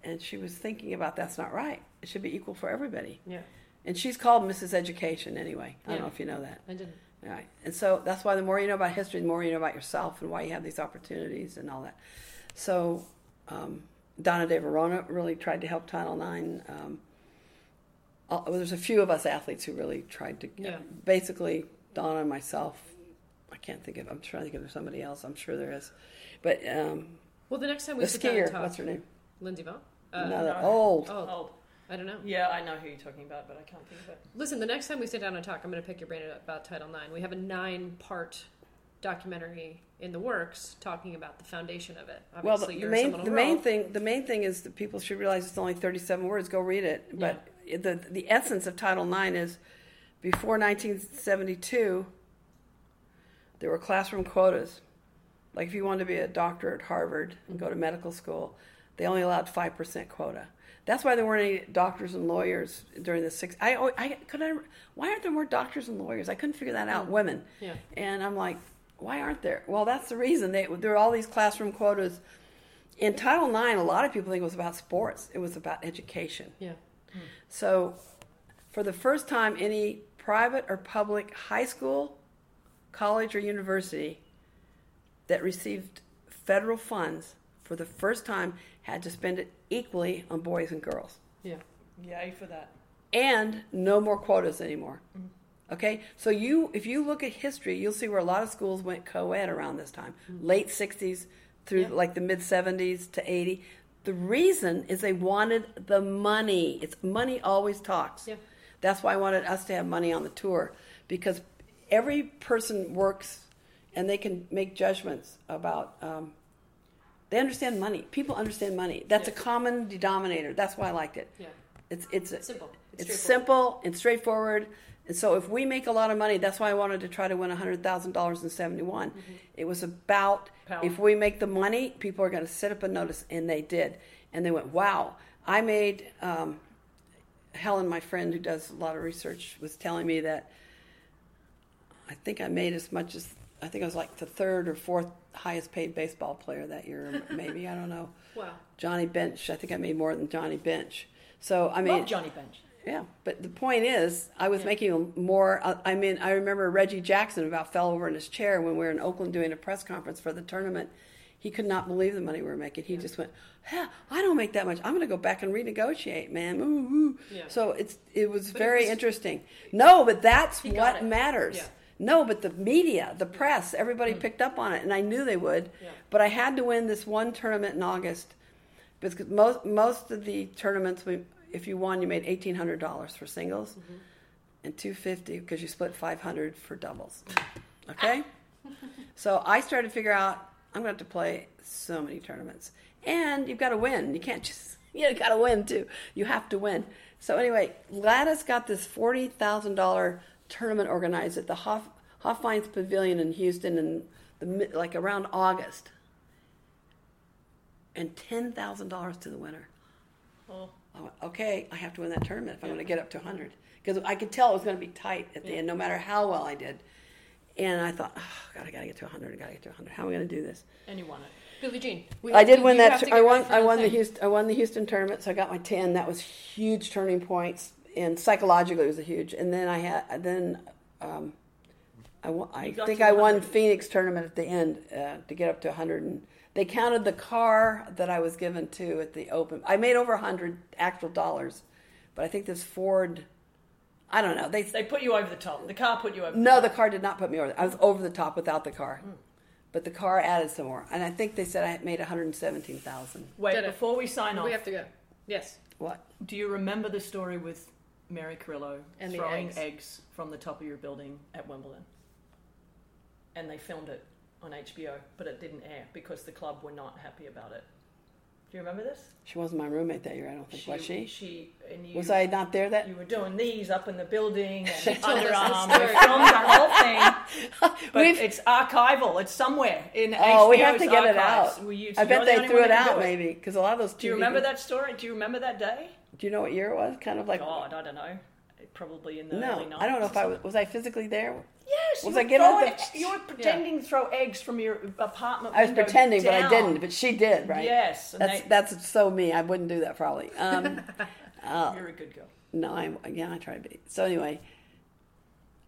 [SPEAKER 2] and she was thinking about that's not right. It should be equal for everybody.
[SPEAKER 5] Yeah.
[SPEAKER 2] And she's called Mrs. Education anyway. I don't know
[SPEAKER 5] Yeah.
[SPEAKER 2] if you know that.
[SPEAKER 5] I didn't.
[SPEAKER 2] All Right. And so that's why the more you know about history, the more you know about yourself and why you have these opportunities and all that. So um, Donna De Verona really tried to help Title IX. Um, uh, well, there's a few of us athletes who really tried to,
[SPEAKER 5] Yeah.
[SPEAKER 2] basically Donna and myself, I can't think of. I'm trying to think of somebody else. I'm sure there is, but um,
[SPEAKER 5] Well, the next time
[SPEAKER 2] the
[SPEAKER 5] we sit down
[SPEAKER 2] skier.
[SPEAKER 5] and talk, uh,
[SPEAKER 2] What's her name?
[SPEAKER 5] Lindsay Vaughn.
[SPEAKER 2] no, the old.
[SPEAKER 5] Oh,
[SPEAKER 4] Old.
[SPEAKER 5] I don't know.
[SPEAKER 4] Yeah, I know who you're talking about, but I can't think of it.
[SPEAKER 5] Listen, the next time we sit down and talk, I'm going to pick your brain about Title IX. We have a nine-part documentary in the works talking about the foundation of it.
[SPEAKER 2] Well, the,
[SPEAKER 5] Obviously,
[SPEAKER 2] the
[SPEAKER 5] you're a
[SPEAKER 2] main
[SPEAKER 5] seminal
[SPEAKER 2] the main
[SPEAKER 5] role.
[SPEAKER 2] thing the main thing is that people should realize it's only 37 words. Go read it. But the the essence of Title IX is before 1972, there were classroom quotas. Like if you wanted to be a doctor at Harvard and go to medical school, they only allowed five percent quota. That's why there weren't any doctors and lawyers during the six. I, al- I could I, why aren't there more doctors and lawyers? I couldn't figure that out. Women.
[SPEAKER 5] Yeah.
[SPEAKER 2] And I'm like, why aren't there? Well, that's the reason they there are all these classroom quotas. In Title IX, a lot of people think it was about sports. It was about education.
[SPEAKER 5] Yeah.
[SPEAKER 2] So, for the first time, any private or public high school, college, or university that received federal funds for the first time had to spend it equally on boys and girls.
[SPEAKER 5] Yeah.
[SPEAKER 4] Yay for that.
[SPEAKER 2] And no more quotas anymore. Okay? So, you, if you look at history, you'll see where a lot of schools went co ed around this time late 60s through like the mid 70s to 80. The reason is they wanted the money. It's money always talks.
[SPEAKER 5] Yeah.
[SPEAKER 2] That's why I wanted us to have money on the tour because every person works and they can make judgments about. Um, they understand money. People understand money. That's a common denominator. That's why I liked it.
[SPEAKER 5] Yeah.
[SPEAKER 2] It's it's
[SPEAKER 5] Simple.
[SPEAKER 2] It's,
[SPEAKER 5] It's
[SPEAKER 2] simple and straightforward. And so if we make a lot of money, that's why I wanted to try to win hundred thousand dollars in seventy one.
[SPEAKER 5] Mm-hmm.
[SPEAKER 2] It was about
[SPEAKER 4] Power.
[SPEAKER 2] if we make the money, people are going to sit up and notice, and they did. And they went, "Wow, I made." Um, Helen, my friend who does a lot of research, was telling me that I think I made as much as I think I was like the third or fourth highest paid baseball player that year, maybe I don't know.
[SPEAKER 5] Wow.
[SPEAKER 2] Johnny Bench, I think I made more than Johnny Bench. So I mean,
[SPEAKER 4] Love Johnny Bench.
[SPEAKER 2] yeah, but the point is, I was making more. I- I mean, I remember Reggie Jackson about fell over in his chair when we were in Oakland doing a press conference for the tournament. He could not believe the money we were making. He just went, "Huh, I don't make that much. I'm going to go back and renegotiate, man." Ooh, ooh.
[SPEAKER 5] Yeah.
[SPEAKER 2] So it's it was very
[SPEAKER 5] was-
[SPEAKER 2] interesting. No, but that's
[SPEAKER 5] got
[SPEAKER 2] what
[SPEAKER 5] it.
[SPEAKER 2] matters.
[SPEAKER 5] Yeah. Mm.
[SPEAKER 2] No, but the media, the press, everybody picked up on it, and I knew they would. But I had to win this one tournament in August because most most of the tournaments, we, if you won, you made eighteen hundred dollars for singles, and two fifty because you split five hundred for doubles. Okay, so I started to figure out I'm going to have to play so many tournaments, and you've got to win. You can't just you got to win too. You have to win. So anyway, Lattice got this forty thousand dollar tournament organized at the Hoff, Hoffmein's Pavilion in Houston in the mid- like around August and ten thousand dollars to the winner. I went, okay, I have to win that tournament if I'm going to get up to hundred because I could tell it was going to be tight at the end, no matter how well I did. And I thought, oh, God, I got to get to hundred. I got to get to hundred. How am I going to do this?
[SPEAKER 4] And you won it.
[SPEAKER 5] Billie Jean. We
[SPEAKER 2] I
[SPEAKER 5] have
[SPEAKER 2] did
[SPEAKER 5] to-
[SPEAKER 2] win
[SPEAKER 5] you
[SPEAKER 2] that.
[SPEAKER 5] have to
[SPEAKER 2] tur-
[SPEAKER 5] get
[SPEAKER 2] I
[SPEAKER 5] ready
[SPEAKER 2] won.
[SPEAKER 5] for
[SPEAKER 2] I
[SPEAKER 5] the
[SPEAKER 2] won the
[SPEAKER 5] thing.
[SPEAKER 2] Houston. I won the Houston tournament, so I got my ten. That was huge turning points, and psychologically it was a huge. And then I had then. Um, I, won, I
[SPEAKER 4] got
[SPEAKER 2] think
[SPEAKER 4] to
[SPEAKER 2] I won
[SPEAKER 4] 100.
[SPEAKER 2] Phoenix tournament at the end uh, to get up to 100. And they counted the car that I was given to at the open. I made over 100 actual dollars, but I think this Ford, I don't know. They,
[SPEAKER 4] They put you over the top. The car put you over.
[SPEAKER 2] no, the car did not put me over. the- I was over the top without the car, but the car added some more. And I think they said I had made 117,000.
[SPEAKER 4] Wait,
[SPEAKER 5] Did it.
[SPEAKER 4] before we sign off,
[SPEAKER 5] We have to go. Yes.
[SPEAKER 2] What?
[SPEAKER 4] do you remember the story with Mary Carillo
[SPEAKER 5] And the
[SPEAKER 4] throwing
[SPEAKER 5] eggs.
[SPEAKER 4] from the top of your building at Wimbledon? And they filmed it on HBO, but it didn't air because the club were not happy about it. Do you remember this?
[SPEAKER 2] She wasn't my roommate that year, I don't think, was she?
[SPEAKER 4] She and you.
[SPEAKER 2] was I not there that
[SPEAKER 4] You were doing these up in the building and
[SPEAKER 5] told us this
[SPEAKER 4] underarm. We
[SPEAKER 5] story.
[SPEAKER 4] filmed the whole thing, but it's archival. It's somewhere in
[SPEAKER 2] Oh,
[SPEAKER 4] HBO's
[SPEAKER 2] we have to get it
[SPEAKER 4] archives.
[SPEAKER 2] out.
[SPEAKER 4] We use-
[SPEAKER 2] I
[SPEAKER 4] you're
[SPEAKER 2] bet
[SPEAKER 4] the
[SPEAKER 2] they
[SPEAKER 4] only
[SPEAKER 2] threw
[SPEAKER 4] one
[SPEAKER 2] it
[SPEAKER 4] that can
[SPEAKER 2] out,
[SPEAKER 4] do
[SPEAKER 2] maybe, because a lot of those.
[SPEAKER 4] Do you remember that story? Do you remember that day?
[SPEAKER 2] Do you know what year it was? Kind of like
[SPEAKER 4] God, I don't know. Probably in the early
[SPEAKER 2] no,
[SPEAKER 4] 90s.
[SPEAKER 2] I don't know if I was. Was I physically there?
[SPEAKER 4] Yes,
[SPEAKER 2] Was
[SPEAKER 4] you
[SPEAKER 2] I
[SPEAKER 4] were
[SPEAKER 2] getting out
[SPEAKER 4] throwing-
[SPEAKER 2] the-
[SPEAKER 4] You were pretending to throw eggs from your apartment.
[SPEAKER 2] I was
[SPEAKER 4] window
[SPEAKER 2] pretending, but I
[SPEAKER 4] down.
[SPEAKER 2] didn't. But she did, right?
[SPEAKER 4] Yes, and
[SPEAKER 2] that's
[SPEAKER 4] they-
[SPEAKER 2] that's so me. I wouldn't do that probably. Um,
[SPEAKER 4] You're a good girl.
[SPEAKER 2] no, I'm yeah, I try to be. So anyway,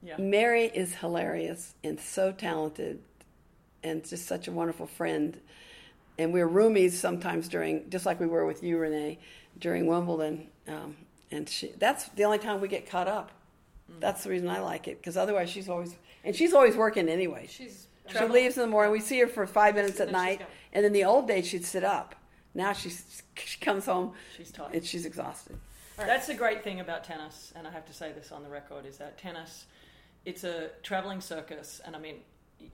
[SPEAKER 4] Yeah.
[SPEAKER 2] Mary is hilarious and so talented, and just such a wonderful friend. And we were roomies sometimes during, just like we were with you, Renee, during Wimbledon. Um, and she, that's the only time we get caught up. That's the reason I like it because otherwise she's always and she's always working anyway.
[SPEAKER 5] She's
[SPEAKER 2] she leaves in the morning. We see her for five minutes at
[SPEAKER 5] then she's
[SPEAKER 2] night,
[SPEAKER 5] gone.
[SPEAKER 2] and in the old days she'd sit up. Now she's, she comes home.
[SPEAKER 4] She's tired.
[SPEAKER 2] and she's exhausted.
[SPEAKER 4] That's the great thing about tennis, and I have to say this on the record: is that tennis, it's a traveling circus, and I mean,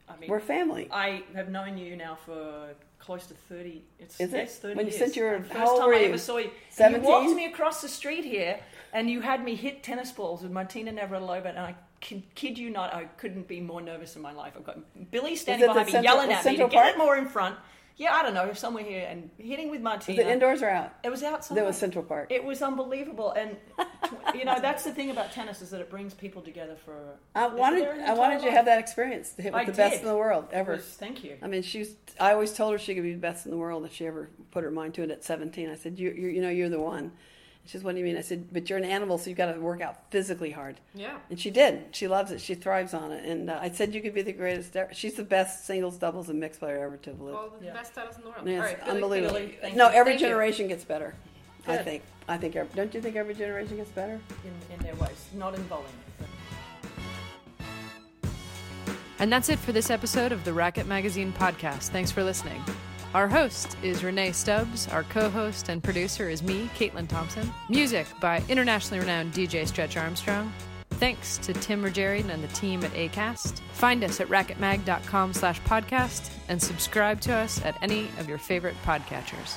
[SPEAKER 4] I mean,
[SPEAKER 2] We're family.
[SPEAKER 4] I have known you now for close to thirty. It's
[SPEAKER 2] Is it?
[SPEAKER 4] yes, thirty
[SPEAKER 2] When you
[SPEAKER 4] years.
[SPEAKER 2] sent your-
[SPEAKER 4] The
[SPEAKER 2] how
[SPEAKER 4] first
[SPEAKER 2] old
[SPEAKER 4] time
[SPEAKER 2] were
[SPEAKER 4] I
[SPEAKER 2] you?
[SPEAKER 4] ever saw you, you
[SPEAKER 2] 17?
[SPEAKER 4] walked me across the street here, and you had me hit tennis balls with Martina Navratilova, and I kid, kid you not, I couldn't be more nervous in my life. I've got Billy standing
[SPEAKER 2] it the
[SPEAKER 4] behind me,
[SPEAKER 2] Central-
[SPEAKER 4] yelling at
[SPEAKER 2] Central
[SPEAKER 4] me to get
[SPEAKER 2] Park?
[SPEAKER 4] it more in front. Yeah, I don't know, somewhere here, and hitting with Martina.
[SPEAKER 2] Is it indoors or out?
[SPEAKER 4] It was outside.
[SPEAKER 2] That was Central Park.
[SPEAKER 4] It was unbelievable, and tw- you know that's the thing about tennis is that it brings people together for.
[SPEAKER 2] I wanted
[SPEAKER 4] their
[SPEAKER 2] I wanted
[SPEAKER 4] entire
[SPEAKER 2] you to have
[SPEAKER 4] life.
[SPEAKER 2] that experience. It was
[SPEAKER 4] I
[SPEAKER 2] the best
[SPEAKER 4] did.
[SPEAKER 2] in the world ever.
[SPEAKER 4] It was- thank you.
[SPEAKER 2] I mean, she's. I always told her she could be the best in the world if she ever put her mind to it. At 17, I said, "You, you, you know, you're the one." She says, "What do you mean?" I said, "But you're an animal, so you've got to work out physically hard."
[SPEAKER 5] Yeah.
[SPEAKER 2] And she did. She loves it. She thrives on it. And uh, I said, "You could be the greatest." ever." She's the best singles, doubles, and mixed player ever to have lived.
[SPEAKER 5] all the best titles in the world.
[SPEAKER 2] And
[SPEAKER 5] all
[SPEAKER 2] it's
[SPEAKER 5] right, Billie,
[SPEAKER 2] unbelievable.
[SPEAKER 5] Billie, thank
[SPEAKER 2] no,
[SPEAKER 5] you.
[SPEAKER 2] every
[SPEAKER 5] Thank you.
[SPEAKER 2] generation gets better. I
[SPEAKER 5] Good.
[SPEAKER 2] think. I think. ev- Don't you think every generation gets better?
[SPEAKER 4] in, in their ways, not in bowling. but-
[SPEAKER 3] And that's it for this episode of the Racket Magazine podcast. Thanks for listening. Our host is Renee Stubbs. Our co host and producer is me, Caitlin Thompson. Music by internationally renowned DJ Stretch Armstrong. Thanks to Tim Rogerian and the team at ACAST. Find us at racketmag.com slash podcast and subscribe to us at any of your favorite podcatchers.